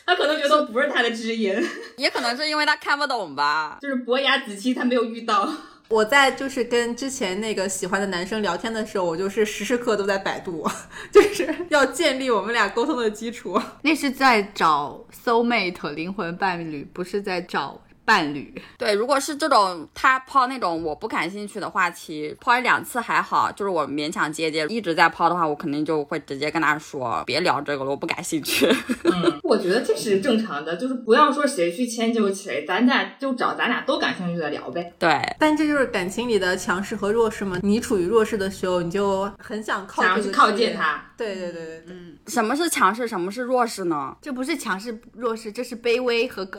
E: 他可能觉得我不是他的知音，
D: 也可能是因为他看不懂吧。
E: 就是伯牙子期他没有遇到。
A: 我在就是跟之前那个喜欢的男生聊天的时候，我就是时时刻都在百度， 就是要建立我们俩沟通的基础。
C: 那是在找 soul mate 灵魂伴侣，不是在找伴侣。
D: 对，如果是这种他抛那种我不感兴趣的话题，抛一两次还好，就是我勉强接接，一直在抛的话，我肯定就会直接跟他说别聊这个了，我不感兴 趣。
E: 嗯，我觉得这是正常的，就是不要说谁去迁就谁，咱俩就找咱俩都感兴趣的聊呗。
D: 对，
A: 但这就是感情里的强势和弱势嘛。你处于弱势的时候，你就很想靠
E: 想要
A: 这
E: 去
A: 个
E: 靠
A: 事业
E: 近。他，嗯
A: 对对对对对，
D: 什么是强势，什么是弱势呢？
C: 这不是强势弱势，这是卑微和高。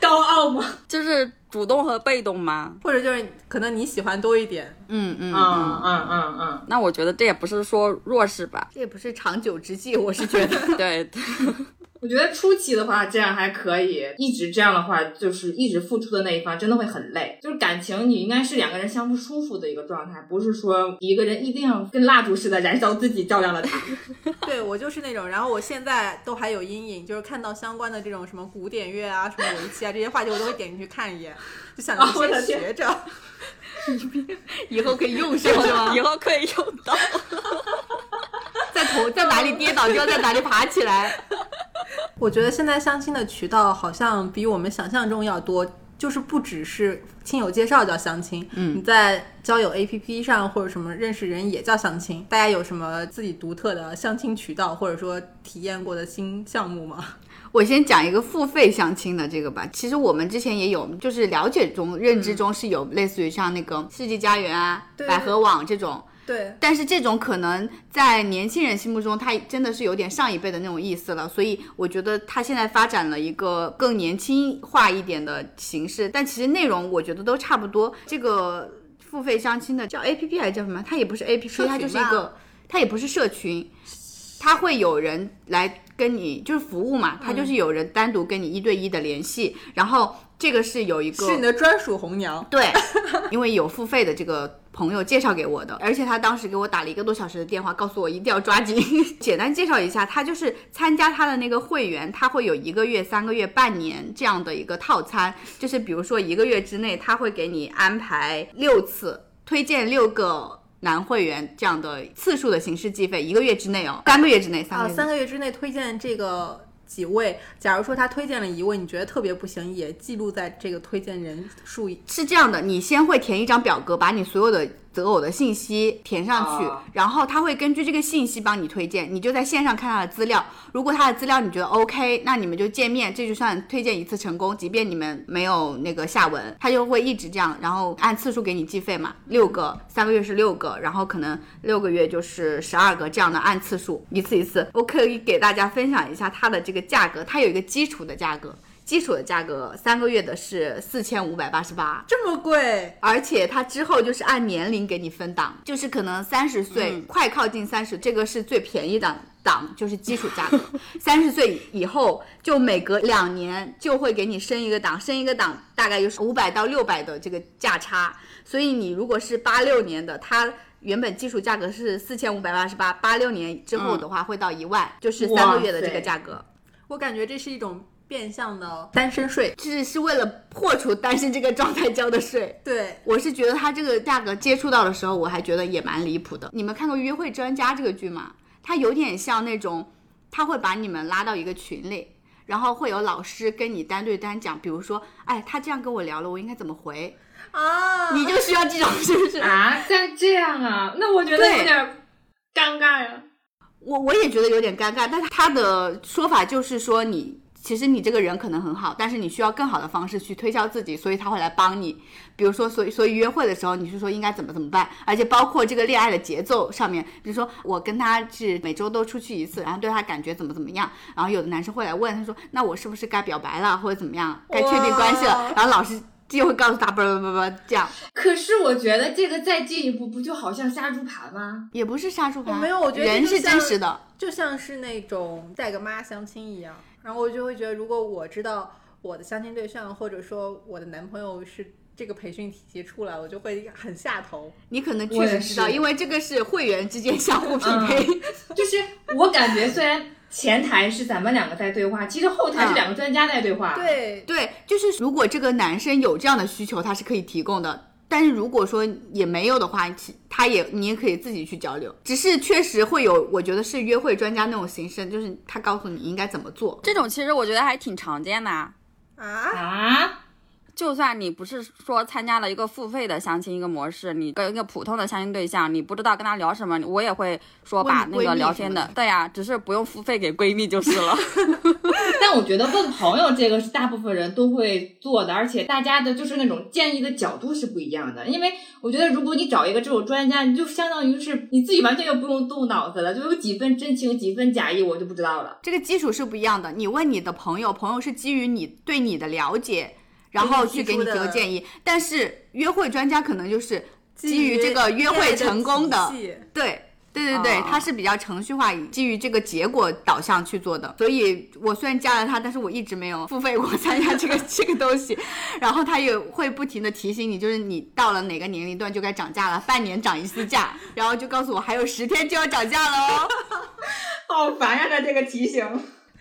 E: 高傲吗？
D: 就是主动和被动吗？
A: 或者就是可能你喜欢多一点，
C: 嗯嗯，
E: 嗯嗯嗯嗯，
D: 那我觉得这也不是说弱势吧
C: 这也不是长久之计，我是觉 得。
D: 对，
E: 我觉得初期的话这样还可以，一直这样的话就是一直付出的那一方真的会很累。就是感情你应该是两个人相互舒服的一个状态，不是说一个人一定要跟蜡烛似的燃烧自己照亮了他。
A: 对我就是那种，然后我现在都还有阴影，就是看到相关的这种什么古典乐啊、什么围棋啊这些话题，我都会点进去看一眼，就想着
E: 哦我的
A: 先
E: 天
A: 学着。
C: 以后可以用上是吗
D: 以？后可以用到。
C: 在头在哪里跌倒就要在哪里爬起来。
A: 我觉得现在相亲的渠道好像比我们想象中要多，就是不只是亲友介绍叫相亲，嗯，你在交友 APP 上或者什么认识人也叫相亲。大家有什么自己独特的相亲渠道，或者说体验过的新项目吗？
C: 我先讲一个付费相亲的这个吧。其实我们之前也有，就是了解中、认知中是有类似于像那个世纪佳缘啊、
A: 对
C: 百合网这种，
A: 对，
C: 但是这种可能在年轻人心目中，它真的是有点上一辈的那种意思了，所以我觉得它现在发展了一个更年轻化一点的形式，但其实内容我觉得都差不多。这个付费相亲的叫 A P P 还是叫什么？它也不是 A P
A: 社
C: P，
A: 群
C: 它
A: 吧
C: 就是一个，它也不是社群，它会有人来跟你就是服务嘛，它
A: 嗯
C: 就是有人单独跟你一对一的联系，然后这个是有一个
A: 是你的专属红娘。
C: 对，因为有付费的这个朋友介绍给我的，而且他当时给我打了一个多小时的电话，告诉我一定要抓紧。 简单介绍一下，他就是参加他的那个会员，他会有一个月、三个月、半年这样的一个套餐，就是比如说一个月之内，他会给你安排六次，推荐六个。男会员这样的次数的形式计费，一个月之内哦，三个月之内，三个
A: 啊，
C: 月之内
A: 三个月之内推荐这个几位，假如说他推荐了一位，你觉得特别不行，也记录在这个推荐人数以。
C: 是这样的，你先会填一张表格，把你所有的择偶的信息填上去，
E: 哦
C: 然后他会根据这个信息帮你推荐，你就在线上看他的资料。如果他的资料你觉得 OK，那你们就见面，这就算推荐一次成功。即便你们没有那个下文，他就会一直这样，然后按次数给你计费嘛，六个，三个月是六个，然后可能六个月就是十二个这样的按次数，一次一次。我可以给大家分享一下它的这个价格，它有一个基础的价格。基础的价格三个月的是四千五百八十八，
A: 这么贵，
C: 而且它之后就是按年龄给你分档，就是可能三十岁、
E: 嗯
C: 快靠近三十，这个是最便宜的档，就是基础 价格。三十岁以后，就每隔两年就会给你升一个档，升一个档大概就是五百到六百的这个价差。所以你如果是八六年的，它原本基础价格是四千五百八十八，八六年之后的话会到一万、就是三个月的这个
E: 哇塞
C: 价格。
A: 我感觉这是一种变相的单身税。
C: 就是是为了破除单身这个状态交的税。
A: 对，
C: 我是觉得他这个价格接触到的时候，我还觉得也蛮离谱的。你们看过《约会专家》这个剧吗？它有点像那种，他会把你们拉到一个群里，然后会有老师跟你单对单讲，比如说，哎，他这样跟我聊了，我应该怎么回？
A: 啊，
C: 你就需要这种，是不是？
E: 啊，像这样啊，那我觉得
C: 对
E: 有点尴尬呀、
C: 我我也觉得有点尴尬，但是他的说法就是说你。其实你这个人可能很好，但是你需要更好的方式去推销自己，所以他会来帮你。比如说，所以所以约会的时候，你是说应该怎么怎么办，而且包括这个恋爱的节奏上面，比如说我跟他是每周都出去一次，然后对他感觉怎么怎么样，然后有的男生会来问他说，那我是不是该表白了，或者怎么样，该确定关系了，然后老师就会告诉他不不不不这样，
E: 可是我觉得这个再进一步，不就好像杀猪盘吗？
C: 也不是杀猪盘，
A: 没有我觉得
C: 人
A: 这就是
C: 真
A: 像
C: 实的。
A: 就像是那种带个妈相亲一样。然后我就会觉得，如果我知道我的相亲对象或者说我的男朋友是这个培训体系出来，我就会很下头。
C: 你可能
E: 我
C: 确
E: 也
C: 实知道，
E: 是
C: 因为这个是会员之间相互匹配。
E: 就是我感觉，虽然前台是咱们两个在对话，其实后台是两个专家在啊对话。，
A: 对，
C: 对，就是如果这个男生有这样的需求，他是可以提供的。但是如果说也没有的话，其他也你也可以自己去交流。只是确实会有，我觉得是约会专家那种形式，就是他告诉你应该怎么做。
D: 这种其实我觉得还挺常见的啊。
A: 啊，
E: 啊，
D: 就算你不是说参加了一个付费的相亲一个模式，你跟一个普通的相亲对象，你不知道跟他聊什么，我也会说
C: 问你
D: 把那
C: 闺
D: 个
C: 蜜
D: 聊
C: 什
D: 天
C: 么
D: 的
C: 的，
D: 对呀、只是不用付费给闺蜜就是了。
E: 但我觉得问朋友这个是大部分人都会做的，而且大家的就是那种建议的角度是不一样的。因为我觉得，如果你找一个这种专家，你就相当于是你自己完全就不用动脑子了，就有几分真情几分假意，我就不知道了。
C: 这个基础是不一样的。你问你的朋友，朋友是基于你对你的了解，然后去给你提
A: 给你提
C: 个
A: 出的
C: 建议。但是约会专家可能就是基于这个约会成功的
A: 基于体系
C: 对对对对，
D: 哦
C: 它是比较程序化，基于这个结果导向去做的。所以我虽然加了他，但是我一直没有付费过参加这个 这个东西。然后他也会不停的提醒你，就是你到了哪个年龄段就该涨价了，半年涨一次价，然后就告诉我还有十天就要涨价了哦。
E: 好烦呀、他这个提醒。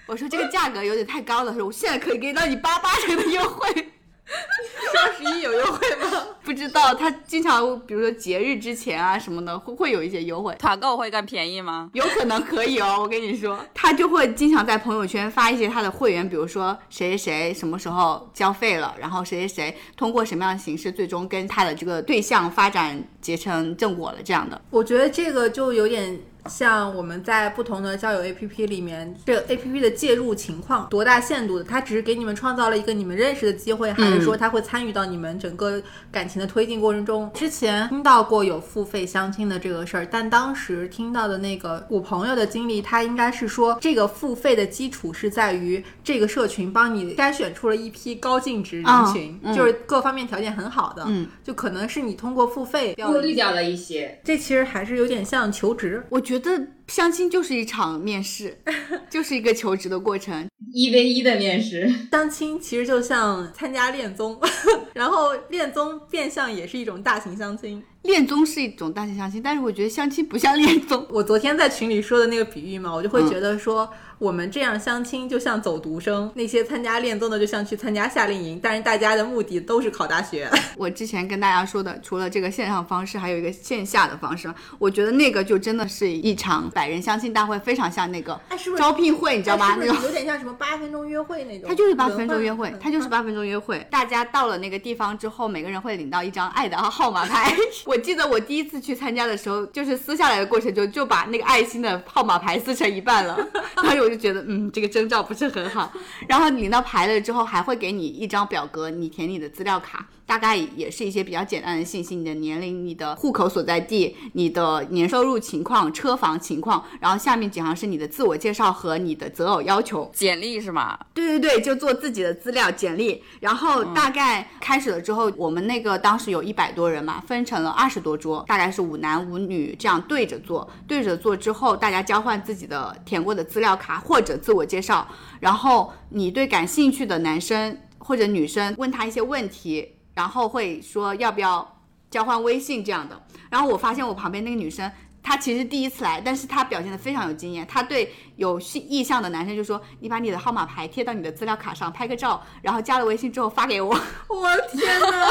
C: 我说这个价格有点太高了，说我现在可以给到你八八折的优惠。
A: 双十一有优惠吗？
C: 不知道他经常，比如说节日之前啊什么的，会会有一些优惠。
D: 团购会更便宜吗？
C: 有可能可以哦，我跟你说，他就会经常在朋友圈发一些他的会员，比如说谁谁谁什么时候交费了，然后谁谁谁通过什么样的形式，最终跟他的这个对象发展结成正果了这样的。
A: 我觉得这个就有点像我们在不同的交友 APP 里面，这个 APP 的介入情况多大限度的，它只是给你们创造了一个你们认识的机会，还是说它会参与到你们整个感情的推进过程中？之前听到过有付费相亲的这个事儿，但当时听到的那个我朋友的经历，他应该是说这个付费的基础是在于这个社群帮你筛选出了一批高净值人群，
C: 嗯嗯
A: 就是各方面条件很好的，
C: 嗯，
A: 就可能是你通过付费
E: 过滤掉了一些，
A: 这其实还是有点像求职。
C: 我觉得相亲就是一场面试，就是一个求职的过程。
E: 一 v 一的面试。
A: 相亲其实就像参加恋综， 然后恋综变相也是一种大型相亲。
C: 恋综是一种大型相亲，但是我觉得相亲不像恋综。
A: 我昨天在群里说的那个比喻嘛，我就
C: 嗯
A: 会觉得说，我们这样相亲就像走读生，那些参加恋综的就像去参加夏令营，但是大家的目的都是考大学。
C: 我之前跟大家说的，除了这个线上方式，还有一个线下的方式。我觉得那个就真的是一场百人相亲大会，非常像那个
A: 哎是哎不是
C: 招聘会，你知道吗？那
A: 是不
C: 种
A: 是有点像什么八分钟约会那种？
C: 它就是八分钟约会
A: 文，化嗯
C: 它就是八分钟约会。嗯大家到了那个地方之后，每个人会领到一张爱的号码 牌。我记得我第一次去参加的时候，就是撕下来的过程中就把那个爱心的号码牌撕成一半 了。当时我就觉得，嗯，这个征兆不是很好。然后领到牌了之后，还会给你一张表格，你填你的资料卡，大概也是一些比较简单的信息，你的年龄、你的户口所在地、你的年收入情况、车房情况，然后下面几行是你的自我介绍和你的择偶要求。
D: 简历是吗？
C: 对对对，就做自己的资料简历，然后大概开始了之后，我们那个当时有一百多人嘛，分成了二十多桌，大概是五男五女这样对着做，对着做之后，大家交换自己的填过的资料卡或者自我介绍，然后你对感兴趣的男生或者女生问他一些问题，然后会说要不要交换微信这样的。然后我发现我旁边那个女生，她其实第一次来，但是她表现得非常有经验。她对有性意向的男生就说：“你把你的号码牌贴到你的资料卡上，拍个照，然后加了微信之后发给我。”
A: 我的天哪！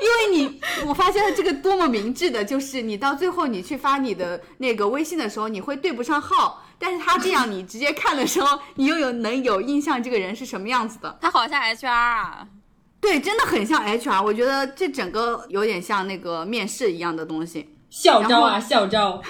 C: 因为你，我发现了这个多么明智的，就是你到最后你去发你的那个微信的时候，你会对不上号，但是他这样你直接看的时候，你又有能有印象这个人是什么样子的。
D: 他好像 HR 啊。
C: 对，真的很像 HR，我觉得这整个有点像那个面试一样的东西。
E: 校招啊，校招！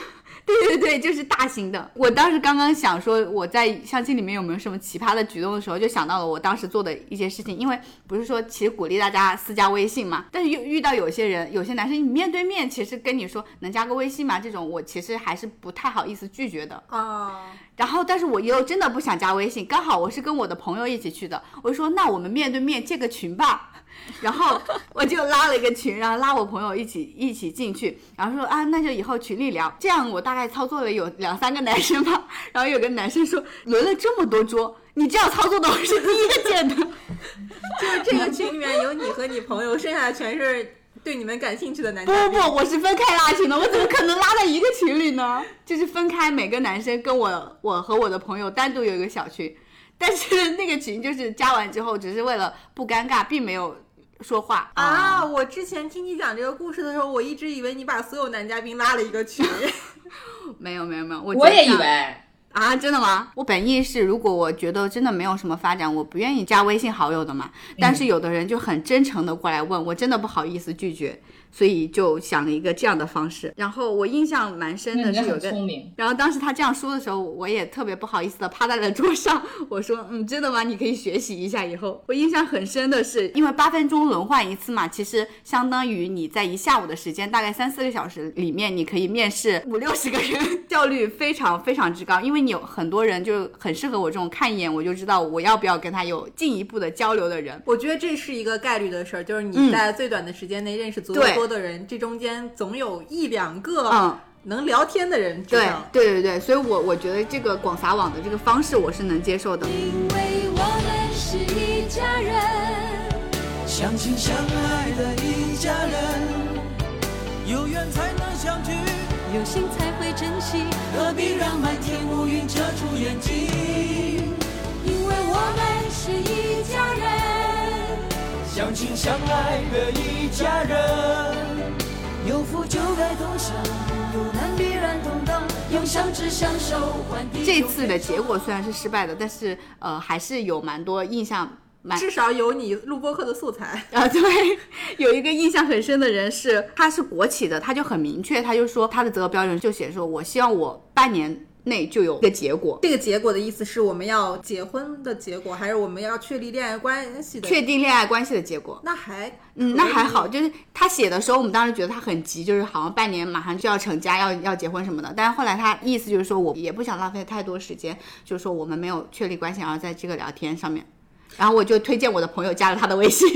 C: 对对对，就是大型的。我当时刚刚想说，我在相亲里面有没有什么奇葩的举动的时候，就想到了我当时做的一些事情。因为不是说其实鼓励大家私加微信嘛，但是又遇到有些人，有些男生你面对面其实跟你说能加个微信吗？这种我其实还是不太好意思拒绝的。
A: 啊，
C: 然后，但是我又真的不想加微信，刚好我是跟我的朋友一起去的，我就说那我们面对面建个群吧， 然后我就拉了一个群，然后拉我朋友一起一起进去，然后说啊，那就以后群里聊，这样我大概操作了有两三个男生吧，然后有个男生说轮了这么多桌，你这样操作的我是第一个见的，
A: 就是 这个群里面有你和你朋友，剩下全是对你们感兴趣的男
C: 不
A: 嘉宾。
C: 不，我是分开拉群的，我怎么可能拉在一个群里 呢？就是分开每个男生跟我，我和我的朋友单独有一个小群，但是那个群就是加完之后，只是为了不尴尬，并没有说话。
A: 啊！我之前听你讲这个故事的时候，我一直以为你把所有男嘉宾拉了一个群
C: 没有没有没有，我
E: 我也
C: 觉
E: 以
C: 得
E: 为。
C: 啊，真的吗？我本意是，如果我觉得真的没有什么发展，我不愿意加微信好友的嘛。
E: 嗯
C: 但是有的人就很真诚的过来问，我真的不好意思拒绝，所以就想了一个这样的方式。然后我印象蛮深
E: 那
C: 的
E: 你
C: 是有
E: 很
C: 个
E: 聪明，
C: 然后当时他这样说的时候，我也特别不好意思的趴在了桌上。我说，嗯，真的吗？你可以学习一下。以后我印象很深的是，因为八分钟轮换一次嘛，其实相当于你在一下午的时间，大概三四个小时里面，你可以面试五六十个人，效率非常非常之高。因为你有很多人就很适合我这种看一眼我就知道我要不要跟他有进一步的交流的人。
A: 我觉得这是一个概率的事儿，就是你
C: 嗯
A: 在最短的时间内认识足够
C: 对
A: 多的人，这中间总有一两个
C: 嗯，
A: 能聊天的人知
C: 对
A: 道。
C: 对对对，所以我我觉得这个广撒网的这个方式我是能接受的。
F: 因为我们是一家人。
G: 相亲相爱的一家人，有缘才能相聚，
F: 有心才会珍惜，
G: 何必让满天乌云遮住眼睛？
F: 因为我们是一家人。
G: 相亲相爱的一家人，有福就该同享，有难必然同当，用相知相守换地
C: 这
G: 久
C: 次
G: 天
C: 的
G: 长
C: 结果虽然是失败的，但是呃还是有蛮多印象蛮
A: 至少有你录播课的素材。
C: 啊，对，有一个印象很深的人是，他是国企的，他就很明确，他就说他的择偶标准就写说，我希望我半年内就有一个结果，
A: 这个结果的意思是我们要结婚的结果，还是我们要确立恋爱关系的？
C: 确定恋爱关系的结果。
A: 那还
C: 嗯，那还
A: 可以
C: 好，就是他写的时候，我们当时觉得他很急，就是好像半年马上就要成家，要要结婚什么的。但是后来他意思就是说，我也不想浪费太多时间，就是说我们没有确立关系，然后在这个聊天上面，然后我就推荐我的朋友加了他的微信。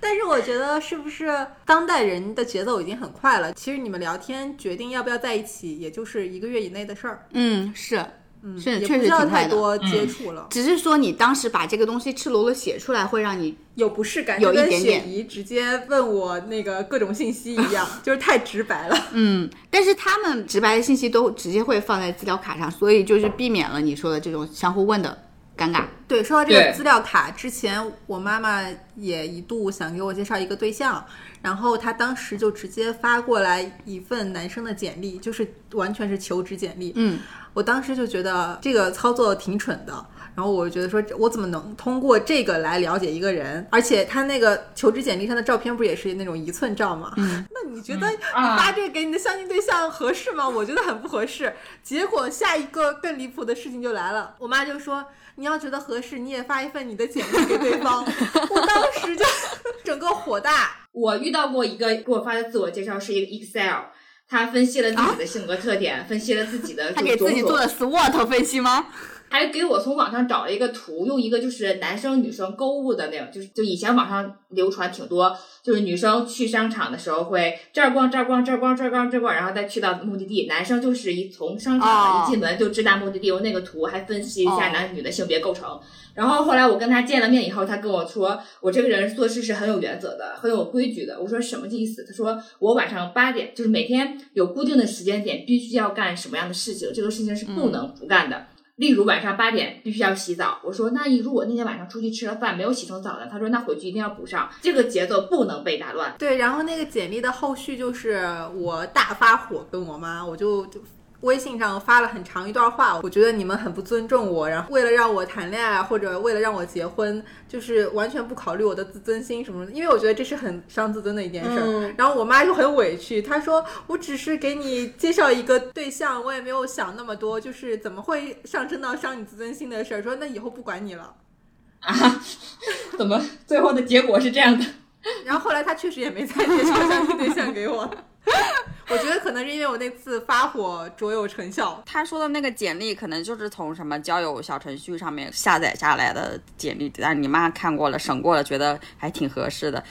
A: 但是我觉得是不是当代人的节奏已经很快了？其实你们聊天决定要不要在一起，也就是一个月以内的事儿，
C: 嗯，是，
A: 嗯，
C: 是
A: 也
C: 确
A: 不
C: 实
A: 需要
C: 挺快
A: 太
C: 的嗯
A: 多接触了，
C: 只是说你当时把这个东西赤裸裸写出来，会让你
A: 有不适感，
C: 有一
A: 就跟
C: 点
A: 雪
C: 点
A: 姨直接问我那个各种信息一样， 就是太直白了。
C: 嗯，但是他们直白的信息都直接会放在资料卡上，所以就是避免了你说的这种相互问的尴尬。
A: 对，说到这个
E: 对
A: 资料卡，之前我妈妈也一度想给我介绍一个对象，然后她当时就直接发过来一份男生的简历，就是完全是求职简历。
C: 嗯，
A: 我当时就觉得这个操作挺蠢的，然后我就觉得说，我怎么能通过这个来了解一个人？而且他那个求职简历上的照片不也是那种一寸照吗？那你觉得你
E: 啊
A: 发这个给你的相亲对象合适吗？我觉得很不合适。结果下一个更离谱的事情就来了，我妈就说。你要觉得合适，你也发一份你的简历给对方。我当时就 整个火大，
E: 我遇到过一个给我发的自我介绍是一个 Excel，他分析了自己的性格特点，分析了自己的
C: 他给自己
E: 种
C: 做
E: 种，
C: 了 SWOT 分析吗？
E: 还给我从网上找了一个图，用一个就是男生女生购物的那种，就是就以前网上流传挺多，就是女生去商场的时候会这儿逛这儿逛这儿逛这儿逛这儿逛，然后再去到目的地，男生就是一从商
C: 哦
E: 场一进门就直达目的地，用那个图还分析一
C: 哦
E: 下男女的性别构成。然后后来我跟他见了面以后，他跟我说，我这个人做事是很有原则的，很有规矩的。我说什么意思？他说我晚上八点，就是每天有固定的时间点，必须要干什么样的事情，这个事情是不能不干的。例如晚上八点必须要洗澡，我说那你如果那天晚上出去吃了饭没有洗成澡呢？他说那回去一定要补上，这个节奏不能被打乱。
A: 对，然后那个简历的后续就是我大发火，跟我妈，我就就微信上发了很长一段话，我觉得你们很不尊重我，然后为了让我谈恋爱啊或者为了让我结婚，就是完全不考虑我的自尊心什么的，因为我觉得这是很伤自尊的一件事儿。
H: 嗯
A: 然后我妈就很委屈，她说我只是给你介绍一个对象，我也没有想那么多，就是怎么会上升到伤你自尊心的事儿？说那以后不管你了。
E: 啊， 怎么最后的结果是这样的？
A: 然后后来他确实也没再介绍相亲对象给我。 我觉得可能是因为我那次发火卓有成效，
D: 他说的那个简历，可能就是从什么交友小程序上面下载下来的简历，但你妈看过了，审过了，觉得还挺合适的。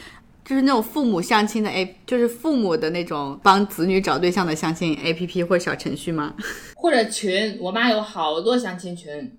C: 就是那种父母相亲的 A，就是父母的那种帮子女找对象的相亲 A P P 或者小程序吗？
E: 或者群，我妈有好多相亲群，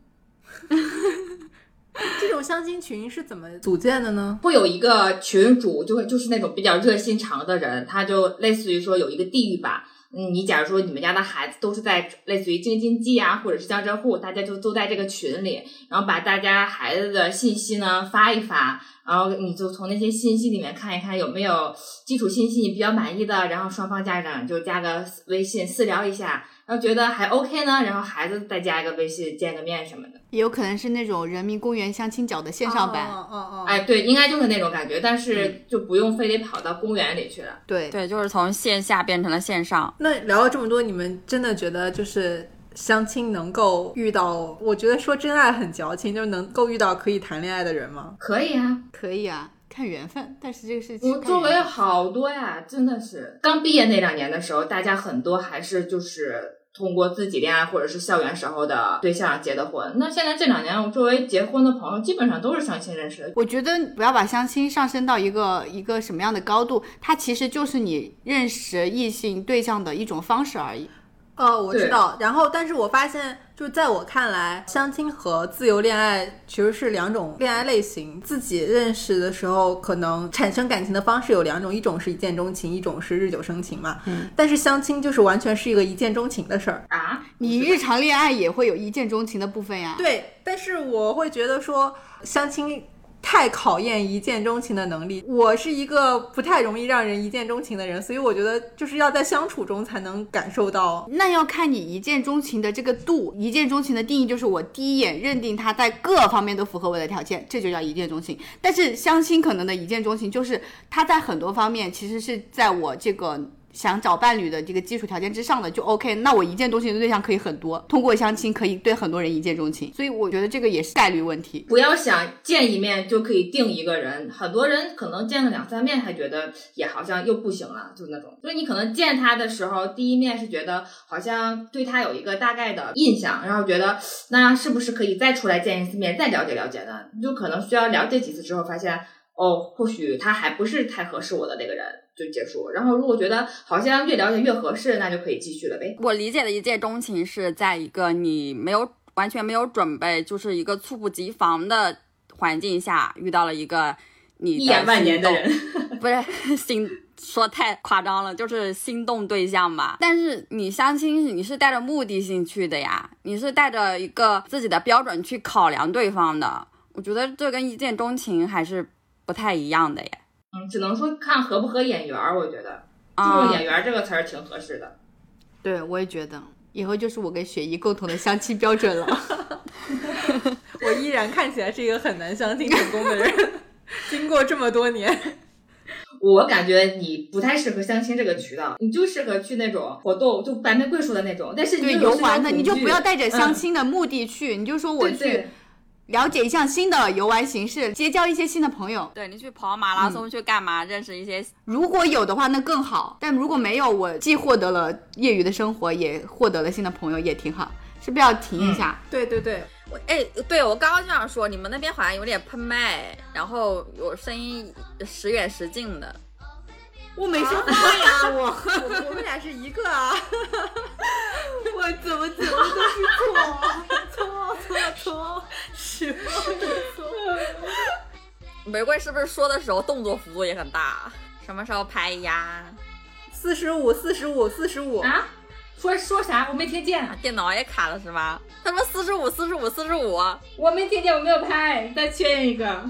A: 这种相亲群是怎么组建的呢？
E: 会有一个群主，就会就是那种比较热心肠的人，他就类似于说有一个地域吧。嗯，你假如说你们家的孩子都是在类似于京津冀啊，或者是江浙沪，大家就都在这个群里，然后把大家孩子的信息呢发一发，然后你就从那些信息里面看一看有没有基础信息你比较满意的，然后双方家长就加个微信私聊一下，然后觉得还 OK 呢，然后孩子再加一个微信见个面什么的。
C: 也有可能是那种人民公园相亲角的线上版。
A: 哦哦哦，
E: 哎，对，应该就是那种感觉，但是就不用非得跑到公园里去了。
C: 对，
D: 对，就是从线下变成了线上。
A: 那聊了这么多，你们真的觉得就是相亲能够遇到？我觉得说真爱很矫情，就是能够遇到可以谈恋爱的人吗？
E: 可以啊，
C: 可以啊，看缘分。但是这个事情，
E: 我周围好多呀，真的是刚毕业那两年的时候，大家很多还是就是通过自己恋爱或者是校园时候的对象结的婚。那现在这两年，我周围结婚的朋友基本上都是相亲认识的。
C: 我觉得不要把相亲上升到一个一个什么样的高度，它其实就是你认识异性对象的一种方式而已。
A: 哦，我知
E: 对
A: 道。然后，但是我发现，就是在我看来，相亲和自由恋爱其实是两种恋爱类型。自己认识的时候，可能产生感情的方式有两种，一种是一见钟情，一种是日久生情嘛。嗯。但是相亲就是完全是一个一见钟情的事儿。
E: 啊，
C: 你日常恋爱也会有一见钟情的部分呀。
A: 对，但是我会觉得说相亲太考验一见钟情的能力。我是一个不太容易让人一见钟情的人，所以我觉得就是要在相处中才能感受到。
C: 那要看你一见钟情的这个度。一见钟情的定义就是我第一眼认定他在各方面都符合我的条件，这就叫一见钟情。但是相亲可能的一见钟情就是他在很多方面其实是在我这个。想找伴侣的这个基础条件之上的就 OK，那我一见钟情的对象可以很多，通过相亲可以对很多人一见钟情，所以我觉得这个也是概率问题。
E: 不要想见一面就可以定一个人，很多人可能见了两三面还觉得也好像又不行了，就那种。就是你可能见他的时候，第一面是觉得好像对他有一个大概的印象，然后觉得那是不是可以再出来见一次面，再了解了解呢？你就可能需要了解几次之后，发现哦，或许他还不是太合适我的那个人，就结束。然后如果觉得好像越了解越合适，那就可以继续了呗。
D: 我理解的一见钟情是在一个你没有完全没有准备，就是一个猝不及防的环境下遇到了一个你
E: 一眼万年的人。
D: 不是心说太夸张了，就是心动对象吧。但是你相亲，你是带着目的性去的呀，你是带着一个自己的标准去考量对方的。我觉得这跟一见钟情还是不太一样的耶。
E: 嗯，只能说看合不合眼缘儿，我觉得
D: 啊
E: 用“眼缘”这个词儿挺合适的。
C: 对，我也觉得以后就是我跟雪姨共同的相亲标准了。
A: 我依然看起来是一个很难相亲成功的人。 经过这么多年，
E: 我感觉你不太适合相亲这个渠道，你就适合去那种活动，就白玫瑰说的那种。但是你
C: 对
E: 就
C: 游
E: 有社交
C: 玩的，
E: 恐
C: 你就
E: 惧
C: 不要带着相
E: 嗯
C: 亲的目的去，你就说我
E: 对
C: 去
E: 对
C: 了解一项新的游玩形式，结交一些新的朋友。
D: 对你去跑马拉松去干嘛？认识一些
C: 如果有的话，那更好；但如果没有，我既获得了业余的生活，也获得了新的朋友，也挺好。是不是要停一下？
A: 嗯对对对，
D: 我哎，对我刚刚就想说，你们那边好像有点喷麦，然后我声音时远时近的。
C: 我没说话呀，我
A: 我我们俩是一个啊，
C: 我怎么怎么都是
A: 错错错，是
D: 玫瑰是不是说的时候动作幅度也很大？什么时候拍呀？
A: 四十五四十五四十五，
E: 啊，说说啥？我没听见，
D: 电脑也卡了是吧？他说四十五，四十五，四十五。
E: 我没听见，我没有拍，再确认一个。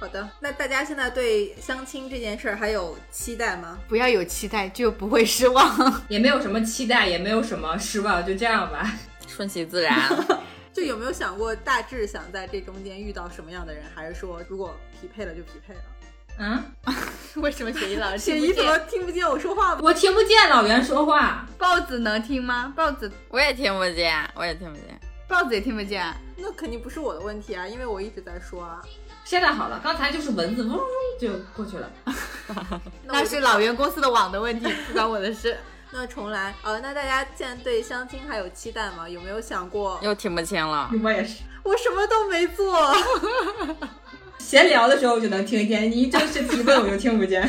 A: 好的，那大家现在对相亲这件事儿还有期待吗？
C: 不要有期待，就不会失 望。
E: 也没有什么期待，也没有什么失望，就这样吧。
D: 顺其自然。
A: 就有没有想过大致想在这中间遇到什么样的人，还是说如果匹配了就匹配了？
E: 嗯，
C: 为 什么雪姨老师
A: 雪姨怎么听不见我说话吗？
E: 我听不见老袁说话，
C: 豹子能听吗？豹子
D: 我也听不见，我也听不见。
C: 豹子也听不见。
A: 那肯定不是我的问题啊，因为我一直在说啊。
E: 现在好了，刚才就是蚊子嗡嗡就过去了。
C: 那是老袁公司的网的问题，不关我的事。
A: 那重来，呃，那大家现在对相亲还有期待吗？有没有想过
D: 又听不清了，
E: 我也是，
A: 我什么都没做，为
E: 闲聊的时候我就能听见，你正式提问我就听不见。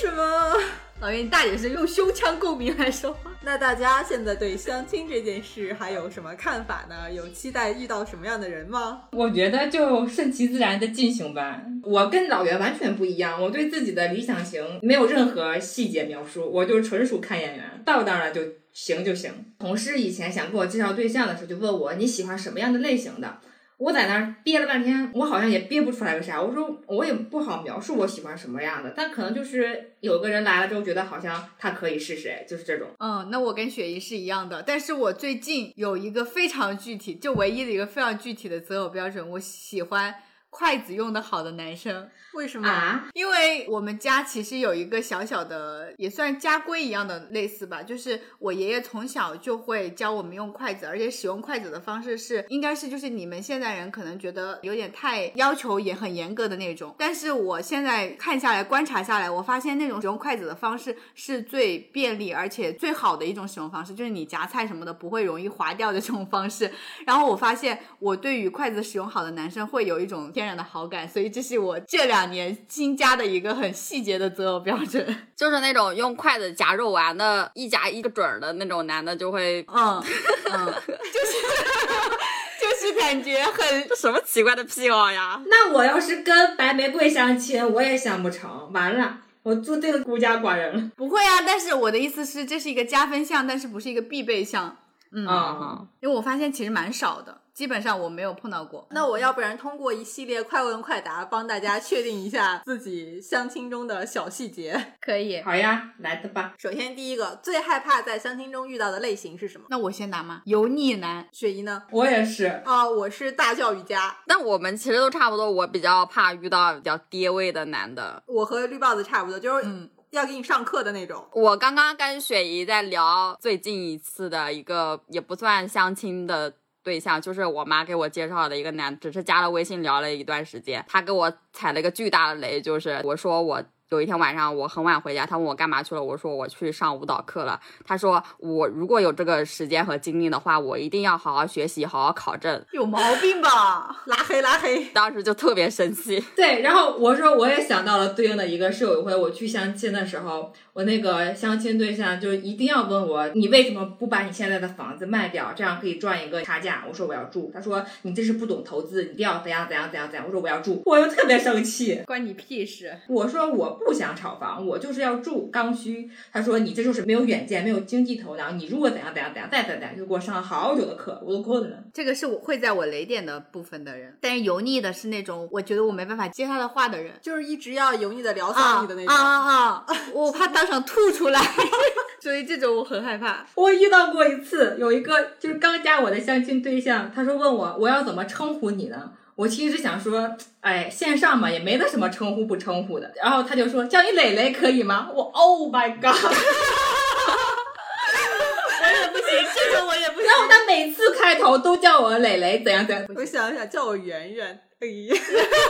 A: 什么？
C: 老袁，你大点声，用胸腔共鸣来说话。
A: 那大家现在对相亲这件事还有什么看法呢？有期待遇到什么样的人吗？
E: 我觉得就顺其自然的进行吧。我跟老袁完全不一样，我对自己的理想型没有任何细节描述，我就纯属看眼缘，到那儿了就行就行。同事以前想给我介绍对象的时候，就问我你喜欢什么样的类型的。我在那儿憋了半天，我好像也憋不出来个啥。我说我也不好描述我喜欢什么样的，但可能就是有个人来了之后，觉得好像他可以是谁，就是这种。
C: 嗯，那我跟雪姨是一样的，但是我最近有一个非常具体，就唯一的一个非常具体的择偶标准，我喜欢筷子用的好的男生。
A: 为什么？
E: 啊，
C: 因为我们家其实有一个小小的，也算家规一样的类似吧，就是我爷爷从小就会教我们用筷子，而且使用筷子的方式是，应该是就是你们现在人可能觉得有点太要求也很严格的那种，但是我现在看下来、观察下来，我发现那种使用筷子的方式是最便利而且最好的一种使用方式，就是你夹菜什么的不会容易滑掉的这种方式。然后我发现我对于筷子使用好的男生会有一种天然的好感，所以这是我这两年新加的一个很细节的择偶标准。
D: 就是那种用筷子夹肉丸的，一夹一个准儿的那种男的，就会
C: 嗯嗯， 就是就是感觉很
D: 这什么奇怪的癖好呀？
E: 那我要是跟白玫瑰相亲，我也相不成，完了，我注定孤家寡人了。
C: 不会啊，但是我的意思是这是一个加分项，但是不是一个必备项。嗯，
E: 啊、
C: 因为我发现其实蛮少的，基本上我没有碰到过。
A: 那我要不然通过一系列快问快答，帮大家确定一下自己相亲中的小细节。
C: 可以，
E: 好呀，来的吧。
A: 首先，第一个最害怕在相亲中遇到的类型是什么？
C: 那我先拿吗？油腻男，
A: 雪姨呢？
E: 我也是，
A: 啊、我是大教育家，
D: 但我们其实都差不多，我比较怕遇到比较爹味的男的。
A: 我和绿帽子差不多，就是
C: 嗯
A: 要给你上课的那种。
D: 我刚刚跟雪姨在聊最近一次的一个也不算相亲的对象，就是我妈给我介绍的一个男，只是加了微信聊了一段时间。他给我踩了一个巨大的雷，就是我说我有一天晚上我很晚回家，他问我干嘛去了，我说我去上舞蹈课了。他说我如果有这个时间和精力的话，我一定要好好学习，好好考证。
C: 有毛病吧？
A: 拉黑拉黑，
D: 当时就特别生气，
E: 对。然后我说我也想到了对应的一个，是有一回我去相亲的时候，我那个相亲对象就一定要问我，你为什么不把你现在的房子卖掉，这样可以赚一个差价？我说我要住。他说你这是不懂投资，你一定要怎样怎样怎样怎样。我说我要住，我又特别生气。
C: 关你屁事！
E: 我说我不想炒房，我就是要住刚需。他说你这就是没有远见，没有经济头脑。你如果怎样怎样怎样，再怎样怎样，就给我上了好久的课，我都困了。
C: 这个是我会在我雷点的部分的人，但是油腻的是那种我觉得我没办法接他的话的人。
A: 就是一直要油腻的聊
C: 啊
A: 骚你的那种。
C: 啊啊！ 我怕当场吐出来， 所以这种我很害怕。
E: 我遇到过一次，有一个就是刚加我的相亲对象，他说问我我要怎么称呼你呢？我其实想说，哎，线上嘛也没得什么称呼不称呼的。然后他就说叫你磊磊可以吗？我 Oh my god！
C: 我也不行，这种我也不行
E: 然后他每次开头都叫我磊磊，怎样怎样。
A: 我想想，叫我圆圆。哎呀，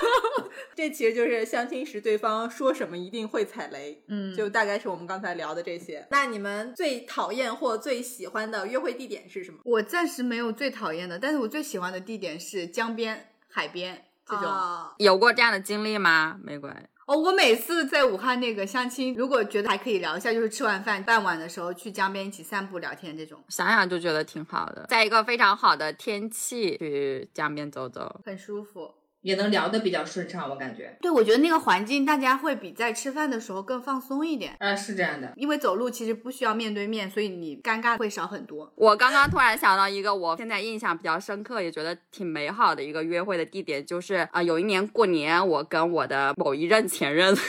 A: 这其实就是相亲时对方说什么一定会踩雷，
C: 嗯，
A: 就大概是我们刚才聊的这些。那你们最讨厌或最喜欢的约会地点是什么？
C: 我暂时没有最讨厌的，但是我最喜欢的地点是江边、海边这种。
A: 啊
D: 有过这样的经历吗？玫瑰，
C: 哦，我每次在武汉那个相亲，如果觉得还可以聊一下，就是吃完饭傍晚的时候去江边一起散步聊天这种，
D: 想想就觉得挺好的，在一个非常好的天气去江边走走，
C: 很舒服。
E: 也能聊得比较顺畅，我感觉，
C: 对，我觉得那个环境大家会比在吃饭的时候更放松一点，
E: 啊，是这样的，
C: 因为走路其实不需要面对面，所以你尴尬会少很多。
D: 我刚刚突然想到一个我现在印象比较深刻，也觉得挺美好的一个约会的地点，就是啊、呃有一年过年，我跟我的某一任前任。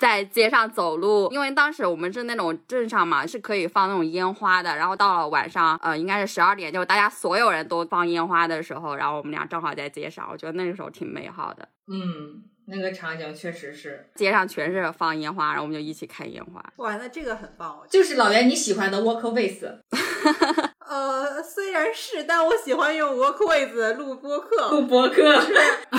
D: 在街上走路，因为当时我们是那种镇上嘛，是可以放那种烟花的。然后到了晚上，呃，应该是十二点，就是大家所有人都放烟花的时候，然后我们俩正好在街上，我觉得那个时候挺美好的。
E: 嗯，那个场景确实是，
D: 街上全是放烟花，然后我们就一起看烟花。
A: 哇，那这个很棒，哦我觉
E: 就是老袁你喜欢的 work ways，
A: 得呃，虽然是，但我喜欢用 Workways 录播客。
E: 录博客，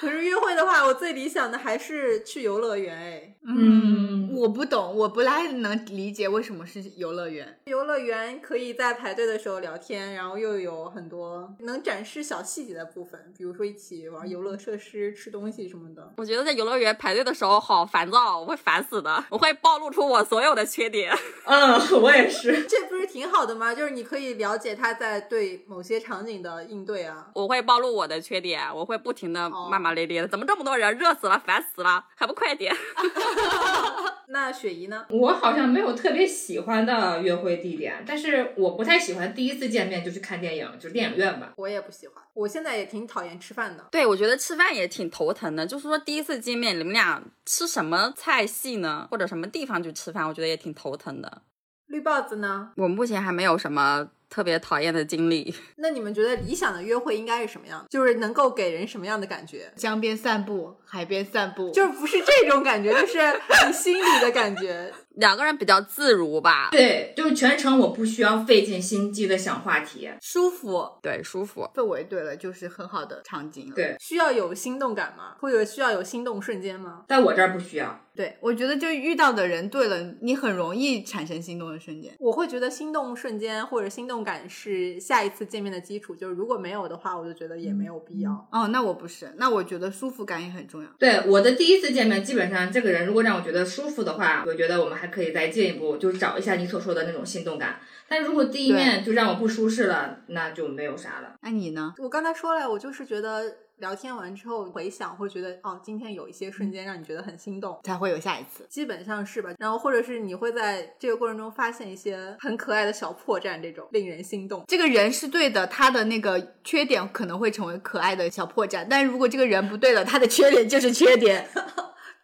A: 可是约会的话，我最理想的还是去游乐园哎。
E: 嗯，
C: 我不懂，我不太能理解为什么是游乐园。
A: 游乐园可以在排队的时候聊天，然后又有很多能展示小细节的部分，比如说一起玩游乐设施、吃东西什么的。
D: 我觉得在游乐园排队的时候好烦躁，我会烦死的，我会暴露出我所有的缺点。
E: 嗯，我也是，
A: 这不是挺好的吗？就是你可以了解他在对某些场景的应对啊。
D: 我会暴露我的缺点，我会不停的
A: 哦
D: 骂骂咧咧的。怎么这么多人，热死了，烦死了，还不快点！
A: 那雪姨呢？
E: 我好像没有特别喜欢的约会地点，但是我不太喜欢第一次见面就去看电影，就是电影院吧。
A: 我也不喜欢，我现在也挺讨厌吃饭的。
D: 对，我觉得吃饭也挺头疼的。就是说第一次见面，你们俩吃什么菜系呢？或者什么地方去吃饭？我觉得也挺头疼的。
A: 绿帽子呢？
D: 我目前还没有什么特别讨厌的经历。
A: 那你们觉得理想的约会应该是什么样？就是能够给人什么样的感觉？
C: 江边散步，海边散步，
A: 就是不是这种感觉，就是你心里的感觉。
D: 两个人比较自如吧，
E: 对，就是全程我不需要费尽心机的想话题，
C: 舒服，
D: 对，舒服。
C: 氛围对了，就是很好的场景了。
E: 对
A: 需要有心动感吗？或者需要有心动瞬间吗？
E: 在我这儿不需要。
C: 对，我觉得就遇到的人对了，你很容易产生心动的瞬间。
A: 我会觉得心动瞬间或者心动感是下一次见面的基础，就是如果没有的话，我就觉得也没有必要。
C: 哦，那我不是，那我觉得舒服感也很重要。
E: 对我的第一次见面，基本上这个人如果让我觉得舒服的话，我觉得我们还可以再进一步，就是找一下你所说的那种心动感。但如果第一面就让我不舒适了，那就没有啥 了。
C: 那你呢？
A: 我刚才说了，我就是觉得聊天完之后回想，会觉得哦，今天有一些瞬间让你觉得很心动。
C: 才会有下一次。
A: 基本上是吧，然后或者是你会在这个过程中发现一些很可爱的小破绽，这种令人心动。
C: 这个人是对的，他的那个缺点可能会成为可爱的小破绽，但如果这个人不对了，他的缺点就是缺点。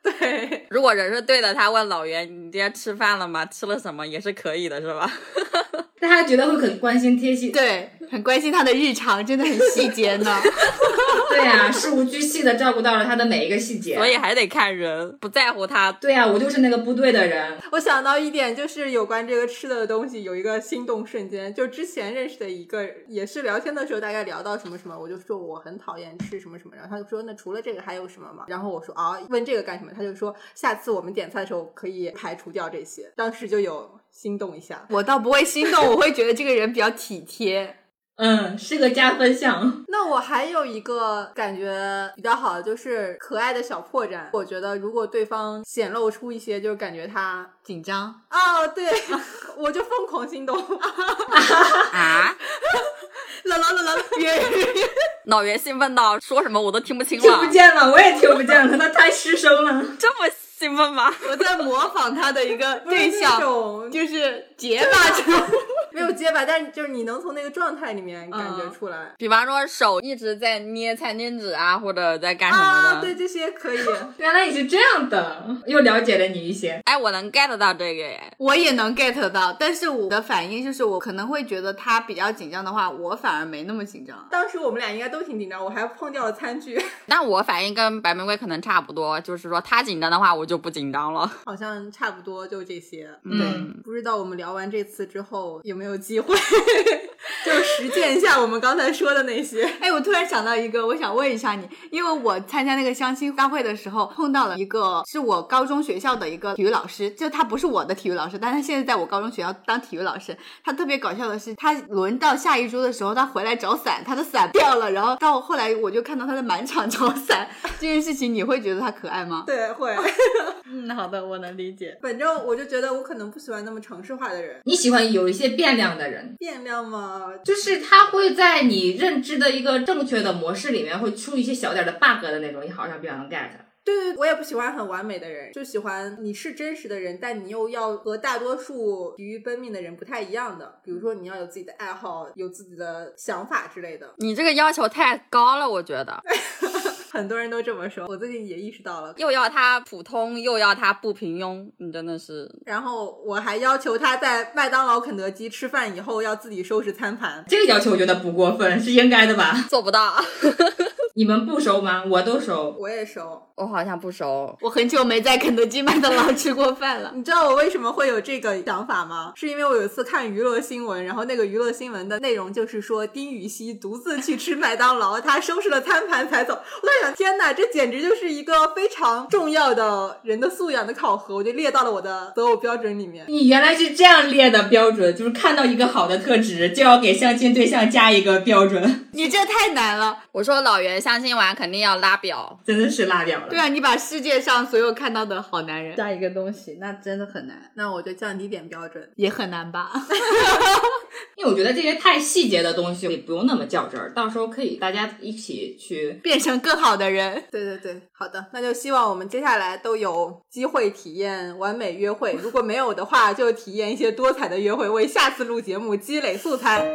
A: 对，
D: 如果人是对的，他问老袁：“你今天吃饭了吗？吃了什么？”也是可以的，是吧？
E: 大家觉得会很关心贴心，
C: 对，很关心他的日常，真的很细节呢。
E: 对呀、事无巨细的照顾到了他的每一个细节。
D: 所以还得看人，不在乎他。
E: 对呀、啊我就是那个不对的人。
A: 我想到一点，就是有关这个吃的东西有一个心动瞬间，就之前认识的一个，也是聊天的时候，大概聊到什么什么，我就说我很讨厌吃什么什么，然后他就说那除了这个还有什么吗？然后我说啊，问这个干什么？他就说下次我们点菜的时候可以排除掉这些，当时就有心动一下。
C: 我倒不会心动，我会觉得这个人比较体贴。
E: 嗯，是个加分项。
A: 那我还有一个感觉比较好的就是可爱的小破绽，我觉得如果对方显露出一些，就是感觉他
C: 紧张，
A: 哦，对 我就疯 狂心动。
D: 啊！
C: 啦啦啦啦啦，约
D: 老袁兴奋到说什么我都听不清
E: 听 不
D: 了，
E: 见了，我也听不见了，那太失声了。
D: 这么兴奋吗？
C: 我在模仿他的一个
A: 不 是
C: 对
A: 那
C: 象，
A: 种啊
C: 就是结巴这种。
A: 没有结巴，但是就是你能从那个状态里面感
C: 嗯
A: 觉出来、
D: 比方说手一直在捏餐巾纸啊，或者在干什么的。
A: 啊，对，这些可以。
E: 原来你是这样的，又了解了你一些。
D: 哎，我能 get 到这个耶。
C: 我也能 get 到，但是我的反应就是，我可能会觉得他比较紧张的话，我反而没那么紧张。
A: 当时我们俩应该都挺紧张，我还碰掉了餐具，
D: 但我反应跟白玫瑰可能差不多，就是说他紧张的话，我就不紧张了。
A: 好像差不多就这些。
E: 嗯，
A: 不知道我们聊完这次之后有没有机 会，就是实践一下我们刚才说的那些。
C: 哎，我突然想到一个，我想问一下你，因为我参加那个相亲大会的时候，碰到了一个是我高中学校的一个体育老师，就他不是我的体育老师，但他现在在我高中学校当体育老师。他特别搞笑的是，他轮到下一桌的时候，他回来找伞，他的伞掉了，然后到后来我就看到他在满场找伞，这件事情你会觉得他可爱吗？
A: 对，会。
C: 嗯，好的，我能理解。
A: 反正我就觉得我可能不喜欢那么城市化的人，
E: 你喜欢有一些变量的人，
A: 变量嘛，哦，
E: 就是它会在你认知的一个正确的模式里面，会出一些小点的 bug 的那种，你好像比较能 get。
A: 对对，我也不喜欢很完美的人，就喜欢你是真实的人，但你又要和大多数疲于奔命的人不太一样的。比如说，你要有自己的爱好，有自己的想法之类的。
D: 你这个要求太高了，我觉得
A: 很多人都这么说，我最近也意识到了。
D: 又要他普通，又要他不平庸，你真的是
A: 然后我还要求他在麦当劳、肯德基吃饭以后要自己收拾餐盘。
E: 这个要求我觉得不过分，是应该的吧？
D: 做不到。
E: 你们不收吗？我都收。
A: 我也收，
D: 我好像不熟，
C: 我很久没在肯德基、麦当劳吃过饭了。
A: 你知道我为什么会有这个想法吗？是因为我有一次看娱乐新闻，然后那个娱乐新闻的内容就是说丁禹兮独自去吃麦当劳，他收拾了餐盘才走。我在想，天哪，这简直就是一个非常重要的人的素养的考核，我就列到了我的择偶标准里面。
E: 你原来是这样列的标准，就是看到一个好的特质，就要给相亲对象加一个标准，
C: 你这太难了。
D: 我说老袁相亲完肯定要拉表，
E: 真的是拉掉了。
C: 对啊，你把世界上所有看到的好男人加一个东西，那真的很难，
A: 那我就降低点标准。
C: 也很难吧？
E: 因为我觉得这些太细节的东西也不用那么较真儿，到时候可以大家一起去。
C: 变成更好的人。
A: 对对对，好的，那就希望我们接下来都有机会体验完美约会，如果没有的话，就体验一些多彩的约会，为下次录节目积累素材。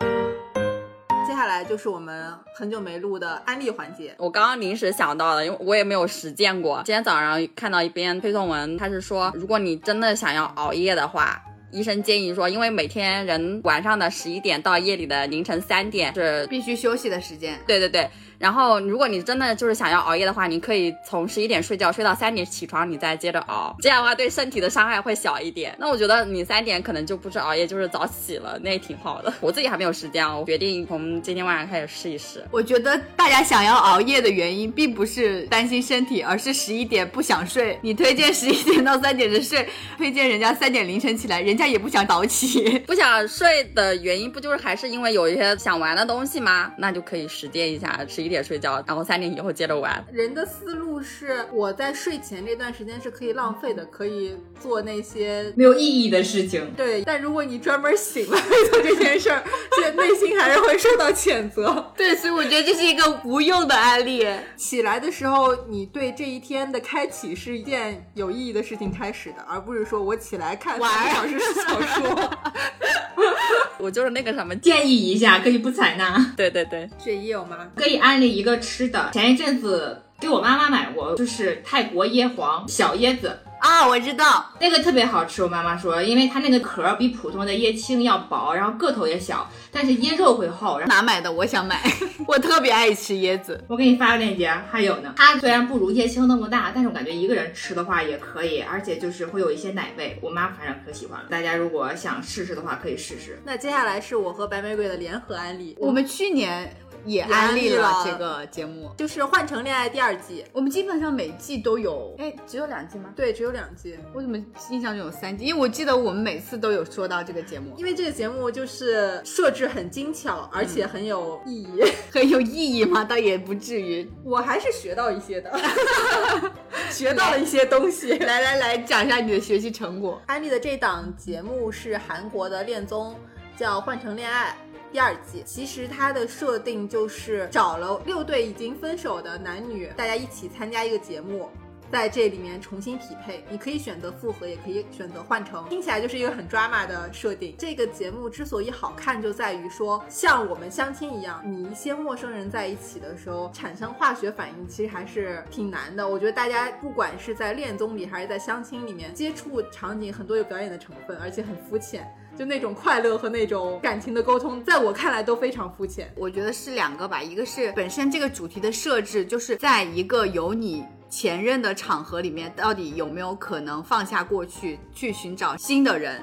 A: 接下来就是我们很久没录的安利环节，
D: 我刚刚临时想到的，因为我也没有实践过。今天早上看到一篇推送文，他是说，如果你真的想要熬夜的话。医生建议说，因为每天人晚上的十一点到夜里的凌晨三点是
C: 必须休息的时间，
D: 对对对。然后，如果你真的就是想要熬夜的话，你可以从十一点睡觉，睡到三点起床，你再接着熬。这样的话，对身体的伤害会小一点。那我觉得你三点可能就不是熬夜，就是早起了，那也挺好的。我自己还没有时间啊，我决定从今天晚上开始试一试。
C: 我觉得大家想要熬夜的原因，并不是担心身体，而是十一点不想睡。你推荐十一点到三点的睡， 推荐人家三点凌晨起来，人家也不想早起。
D: 不想睡的原因，不就是还是因为有一些想玩的东西吗？那就可以实践一下，十一点睡觉，然后三点以后接着玩。
A: 人的思路是，我在睡前这段时间是可以浪费的，可以做那些
E: 没有意义的事情，
A: 对。但如果你专门醒来做这件事儿， 这内心还是会受到谴责。
C: 对，所以我觉得这是一个无用的案例。
A: 起来的时候，你对这一天的开启是一件有意义的事情开始的，而不是说我起来看
C: 玩
A: 三
C: 儿
A: 个小时小说。
D: 我就是那个什么，
E: 建议一下，可以不采纳。
D: 对对对，
A: 雪姨有吗？
E: 可以安利一个吃的，前一阵子给我妈妈买过，就是泰国椰皇小椰子，
C: 啊，我知道，
E: 那个特别好吃。我妈妈说，因为它那个壳儿比普通的椰青要薄，然后个头也小，但是椰肉会厚。然后
C: 哪买的？我想买， 我特别爱吃椰子。
E: 我给你发个链接，还有呢，它虽然不如椰青那么大，但是我感觉一个人吃的话也可以，而且就是会有一些奶味。我妈反正可喜欢了，大家如果想试试的话，可以试试。
A: 那接下来是我和白玫瑰的联合安利，
C: 我们去年也安
A: 安
C: 利
A: 利
C: 了
A: 了
C: 这个节目，
A: 就是《换乘恋爱》第二季，
C: 我们基本上每季都有，哎，只有两季吗？
A: 对，只有两季。
C: 我怎么印象中有三季？因为我记得我们每次都有说到这个节目，
A: 因为这个节目就是设置很精巧，而且很有意义，
C: 嗯 很有意义吗？倒也不至于。
A: 我还是学到一些 的，学到了一些东西。
C: 来来来，讲一下你的学习成果。
A: 安利的这档节目是韩国的恋综，叫《换乘恋爱》。第二季其实它的设定就是找了六对已经分手的男女，大家一起参加一个节目，在这里面重新匹配。你可以选择复合，也可以选择换乘，听起来就是一个很 drama 的设定。这个节目之所以好看，就在于说像我们相亲一样，你一些陌生人在一起的时候产生化学反应，其实还是挺难的。我觉得大家不管是在恋综里还是在相亲里面，接触场景很多有表演的成分，而且很肤浅。就那种快乐和那种感情的沟通，在我看来都非常肤浅。
C: 我觉得是两个吧，一个是本身这个主题的设置，就是在一个有你前任的场合里面，到底有没有可能放下过去，去寻找新的人。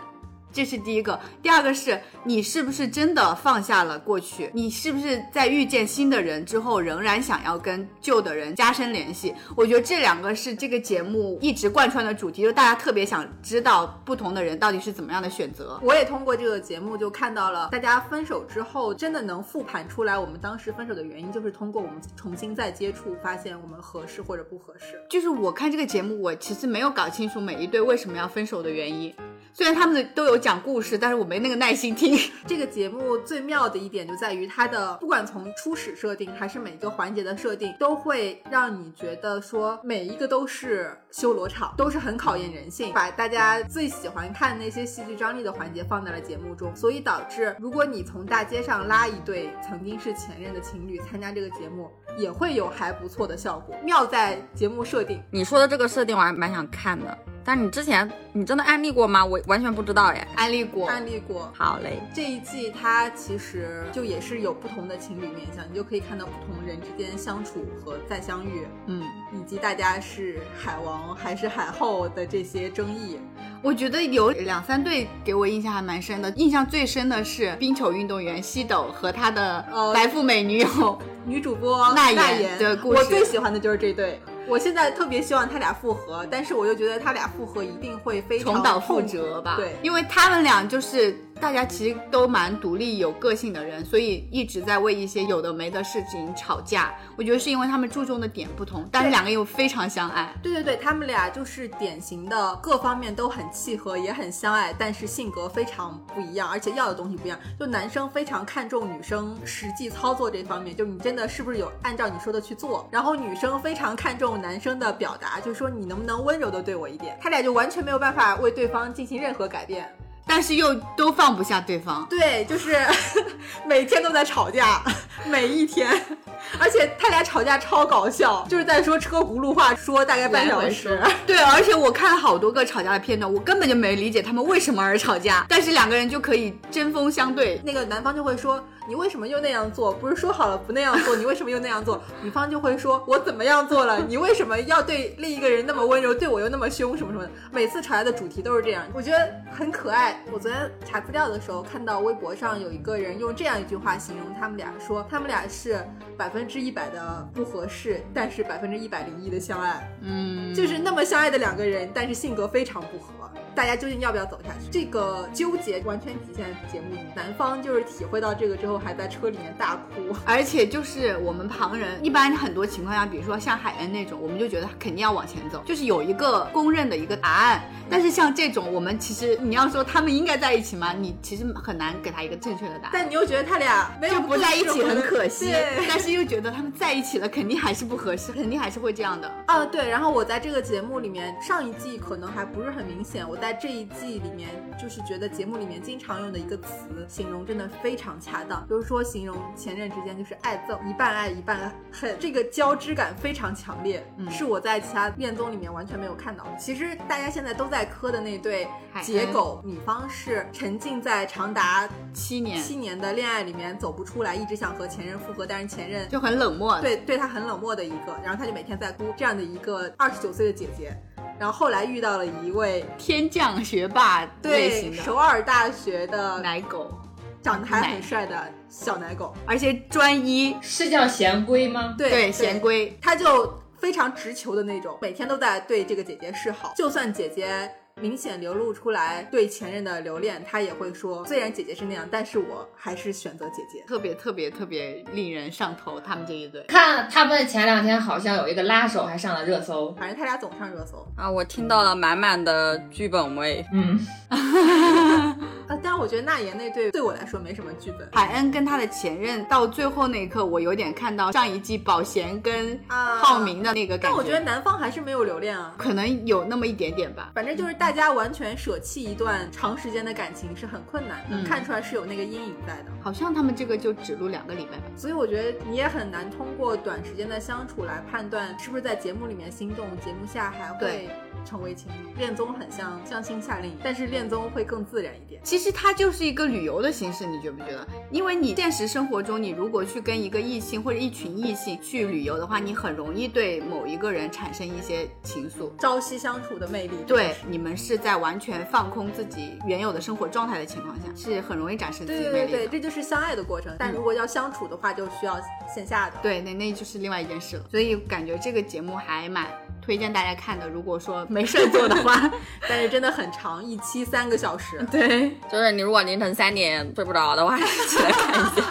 C: 这是第一个，第二个是你是不是真的放下了过去？你是不是在遇见新的人之后，仍然想要跟旧的人加深联系？我觉得这两个是这个节目一直贯穿的主题，就是大家特别想知道不同的人到底是怎么样的选择。
A: 我也通过这个节目就看到了，大家分手之后真的能复盘出来，我们当时分手的原因就是通过我们重新再接触，发现我们合适或者不合适。
C: 就是我看这个节目，我其实没有搞清楚每一对为什么要分手的原因。虽然他们都有讲故事，但是我没那个耐心听。
A: 这个节目最妙的一点就在于它的，不管从初始设定还是每一个环节的设定，都会让你觉得说每一个都是修罗场，都是很考验人性。把大家最喜欢看那些戏剧张力的环节放在了节目中，所以导致如果你从大街上拉一对曾经是前任的情侣参加这个节目，也会有还不错的效果。妙在节目设定。
D: 你说的这个设定我还蛮想看的，但是你之前你真的案例过吗？我完全不知道耶。
C: 安利过，
A: 案例过，
D: 好嘞，
A: 这一季它其实就也是有不同的情侣面相，你就可以看到不同人之间相处和再相遇，
C: 嗯，
A: 以及大家是海王还是海后的这些争议。
C: 我觉得有两三对给我印象还蛮深的，印象最深的是冰球运动员西斗和他的
A: 哦
C: 白富美女友，
A: 女主播
C: 那
A: 妍
C: 妍的故事
A: 我最喜欢的就是这对。我现在特别希望他俩复合，但是我又觉得他俩复合一定会非常
C: 重蹈覆
A: 痛苦
C: 辙吧。
A: 对，
C: 因为他们俩就是大家其实都蛮独立、有个性的人，所以一直在为一些有的没的事情吵架。我觉得是因为他们注重的点不同，但是
A: 对
C: 两个又非常相爱。
A: 对对对，他们俩就是典型的各方面都很契合，也很相爱，但是性格非常不一样，而且要的东西不一样。就男生非常看重女生实际操作这方面，就你真的是不是有按照你说的去做，然后女生非常看重男生的表达，就说你能不能温柔的对我一点。他俩就完全没有办法为对方进行任何改变，
C: 但是又都放不下对方，
A: 对，就是 每天都在吵架，每一天，而且他俩吵架超搞笑，就是在说车轱辘话，说大概半
C: 来
A: 小
C: 回
A: 时。
C: 对，而且我看了好多个吵架的片段，我根本就没理解他们为什么而吵架，但是两个人就可以针锋相对。
A: 那个男方就会说：“你为什么又那样做？不是说好了不那样做， 你为什么又那样做？”女方就会说：“我怎么样做了？你为什么要对另一个人那么温柔，对我又那么凶，什么什么的？”每次吵架的主题都是这样，我觉得很可爱。我昨天查资料的时候，看到微博上有一个人用这样一句话形容他们俩，说他们俩是百分之一百的不合适，但是百分之一百零一的相爱。
C: 嗯，
A: 就是那么相爱的两个人，但是性格非常不合，大家究竟要不要走下去？这个纠结完全体现在节目里。男方就是体会到这个之后，还在车里面大哭。
C: 而且就是我们旁人，一般很多情况下，比如说像海恩那种，我们就觉得肯定要往前走，就是有一个公认的一个答案。但是像这种，我们其实你要说他们应该在一起吗？你其实很难给他一个正确的答案。
A: 但你又觉得他俩没有
C: 就不在一起很可惜
A: 对，
C: 但是又觉得他们在一起了，肯定还是不合适，肯定还是会这样的。
A: 啊，对，然后我在这个节目里面，上一季可能还不是很明显，我在这一季里面就是觉得节目里面经常用的一个词形容真的非常恰当，就是说形容前任之间就是爱憎，一半爱一半恨，这个交织感非常强烈，
C: 嗯
A: 是我在其他恋综里面完全没有看到的。其实大家现在都在磕的那对
C: 海
A: 结
C: 恩
A: 狗，女方是沉浸在长达
C: 七年
A: 七年的恋爱里面走不出来，一直想和前任复合，但是前任
C: 就很冷漠，，
A: 对对他很冷漠的一个，然后他就每天在哭这样的一个二十九岁的姐姐，然后后来遇到了一位
C: 天降学霸类型
A: 对
C: 的
A: 首尔大学的
C: 奶狗，
A: 长得还
C: 奶
A: 很帅的小奶狗，
C: 而且专一，
E: 是叫贤龟吗？
A: 对
C: 对，贤，规
A: 对，他就非常直球的那种，每天都在对这个姐姐示好，就算姐姐。明显流露出来对前任的留恋，他也会说，虽然姐姐是那样，但是我还是选择姐姐。
C: 特别特别特别令人上头，他们这一对。
E: 看他们前两天好像有一个拉手还上了热搜，
A: 反正他俩总上热搜。
D: 啊，我听到了满满的剧本味。
E: 嗯，
A: 啊，但我觉得那妍那对对我来说没什么剧本
C: 海恩跟他的前任到最后那一刻，我有点看到上一季宝贤跟
A: 啊
C: 浩明的那个感
A: 但
C: 觉，
A: 我觉得男方还是没有留恋啊。
C: 可能有那么一点点吧。
A: 反正就是大家完全舍弃一段长时间的感情是很困难的，
C: 嗯
A: 看出来是有那个阴影在的。
C: 好像他们这个就只录两个礼拜吧。
A: 所以我觉得你也很难通过短时间的相处来判断是不是在节目里面心动，节目下还会
C: 对
A: 成为情侣。恋综很像相亲夏令营，但是恋综会更自然一点。
C: 其实它就是一个旅游的形式，你觉不觉得？因为你现实生活中，你如果去跟一个异性或者一群异性去旅游的话，你很容易对某一个人产生一些情愫。
A: 朝夕相处的魅力，
C: 对，你们是在完全放空自己原有的生活状态的情况下，是很容易展示自己
A: 对
C: 魅
A: 对
C: 力的。嗯
A: 对，这就是相爱的过程。但如果要相处的话，就需要线下的。
C: 对，那那就是另外一件事了。所以感觉这个节目还蛮推荐大家看的。如果说没事儿做的话，
A: 但是真的很长，一期三个小时。
C: 对，
D: 就是你如果凌晨三点睡不着的话，起来看一下。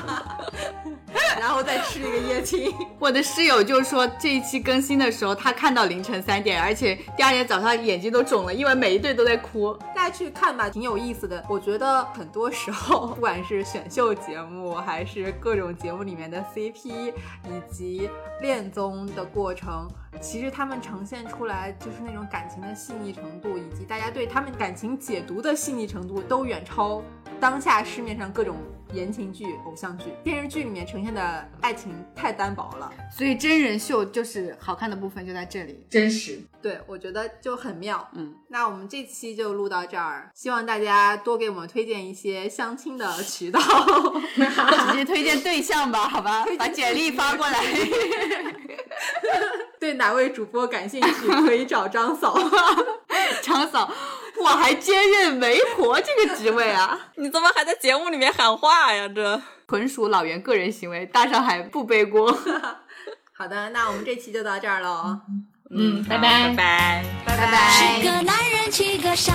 A: 然后再吃一个夜青。
C: 我的室友就说这一期更新的时候，他看到凌晨三点，而且第二天早上眼睛都肿了，因为每一对都在哭。
A: 大家去看吧，挺有意思的。我觉得很多时候，不管是选秀节目，还是各种节目里面的 CP，以及恋综的过程，其实他们呈现出来就是那种感情的细腻程度，以及大家对他们感情解读的细腻程度，都远超当下市面上各种言情剧、偶像剧、电视剧里面呈现的爱情太单薄了。
C: 所以真人秀就是好看的部分就在这里。
E: 真实。
A: 对，我觉得就很妙。
C: 嗯，
A: 那我们这期就录到这儿，希望大家多给我们推荐一些相亲的渠道。
C: 直接推荐对象吧，好吧，把简历发过来。
A: 对哪位主播感兴趣，可以找张嫂。
C: 长嫂，我还兼任媒婆这个职位啊，
D: 你怎么还在节目里面喊话呀？这
C: 纯属老袁个人行为，大上海不背锅。
A: 好的，那我们这期就到这儿了哦。
E: 嗯，拜
D: 拜拜。
E: 拜拜。
F: 个男人，七个傻，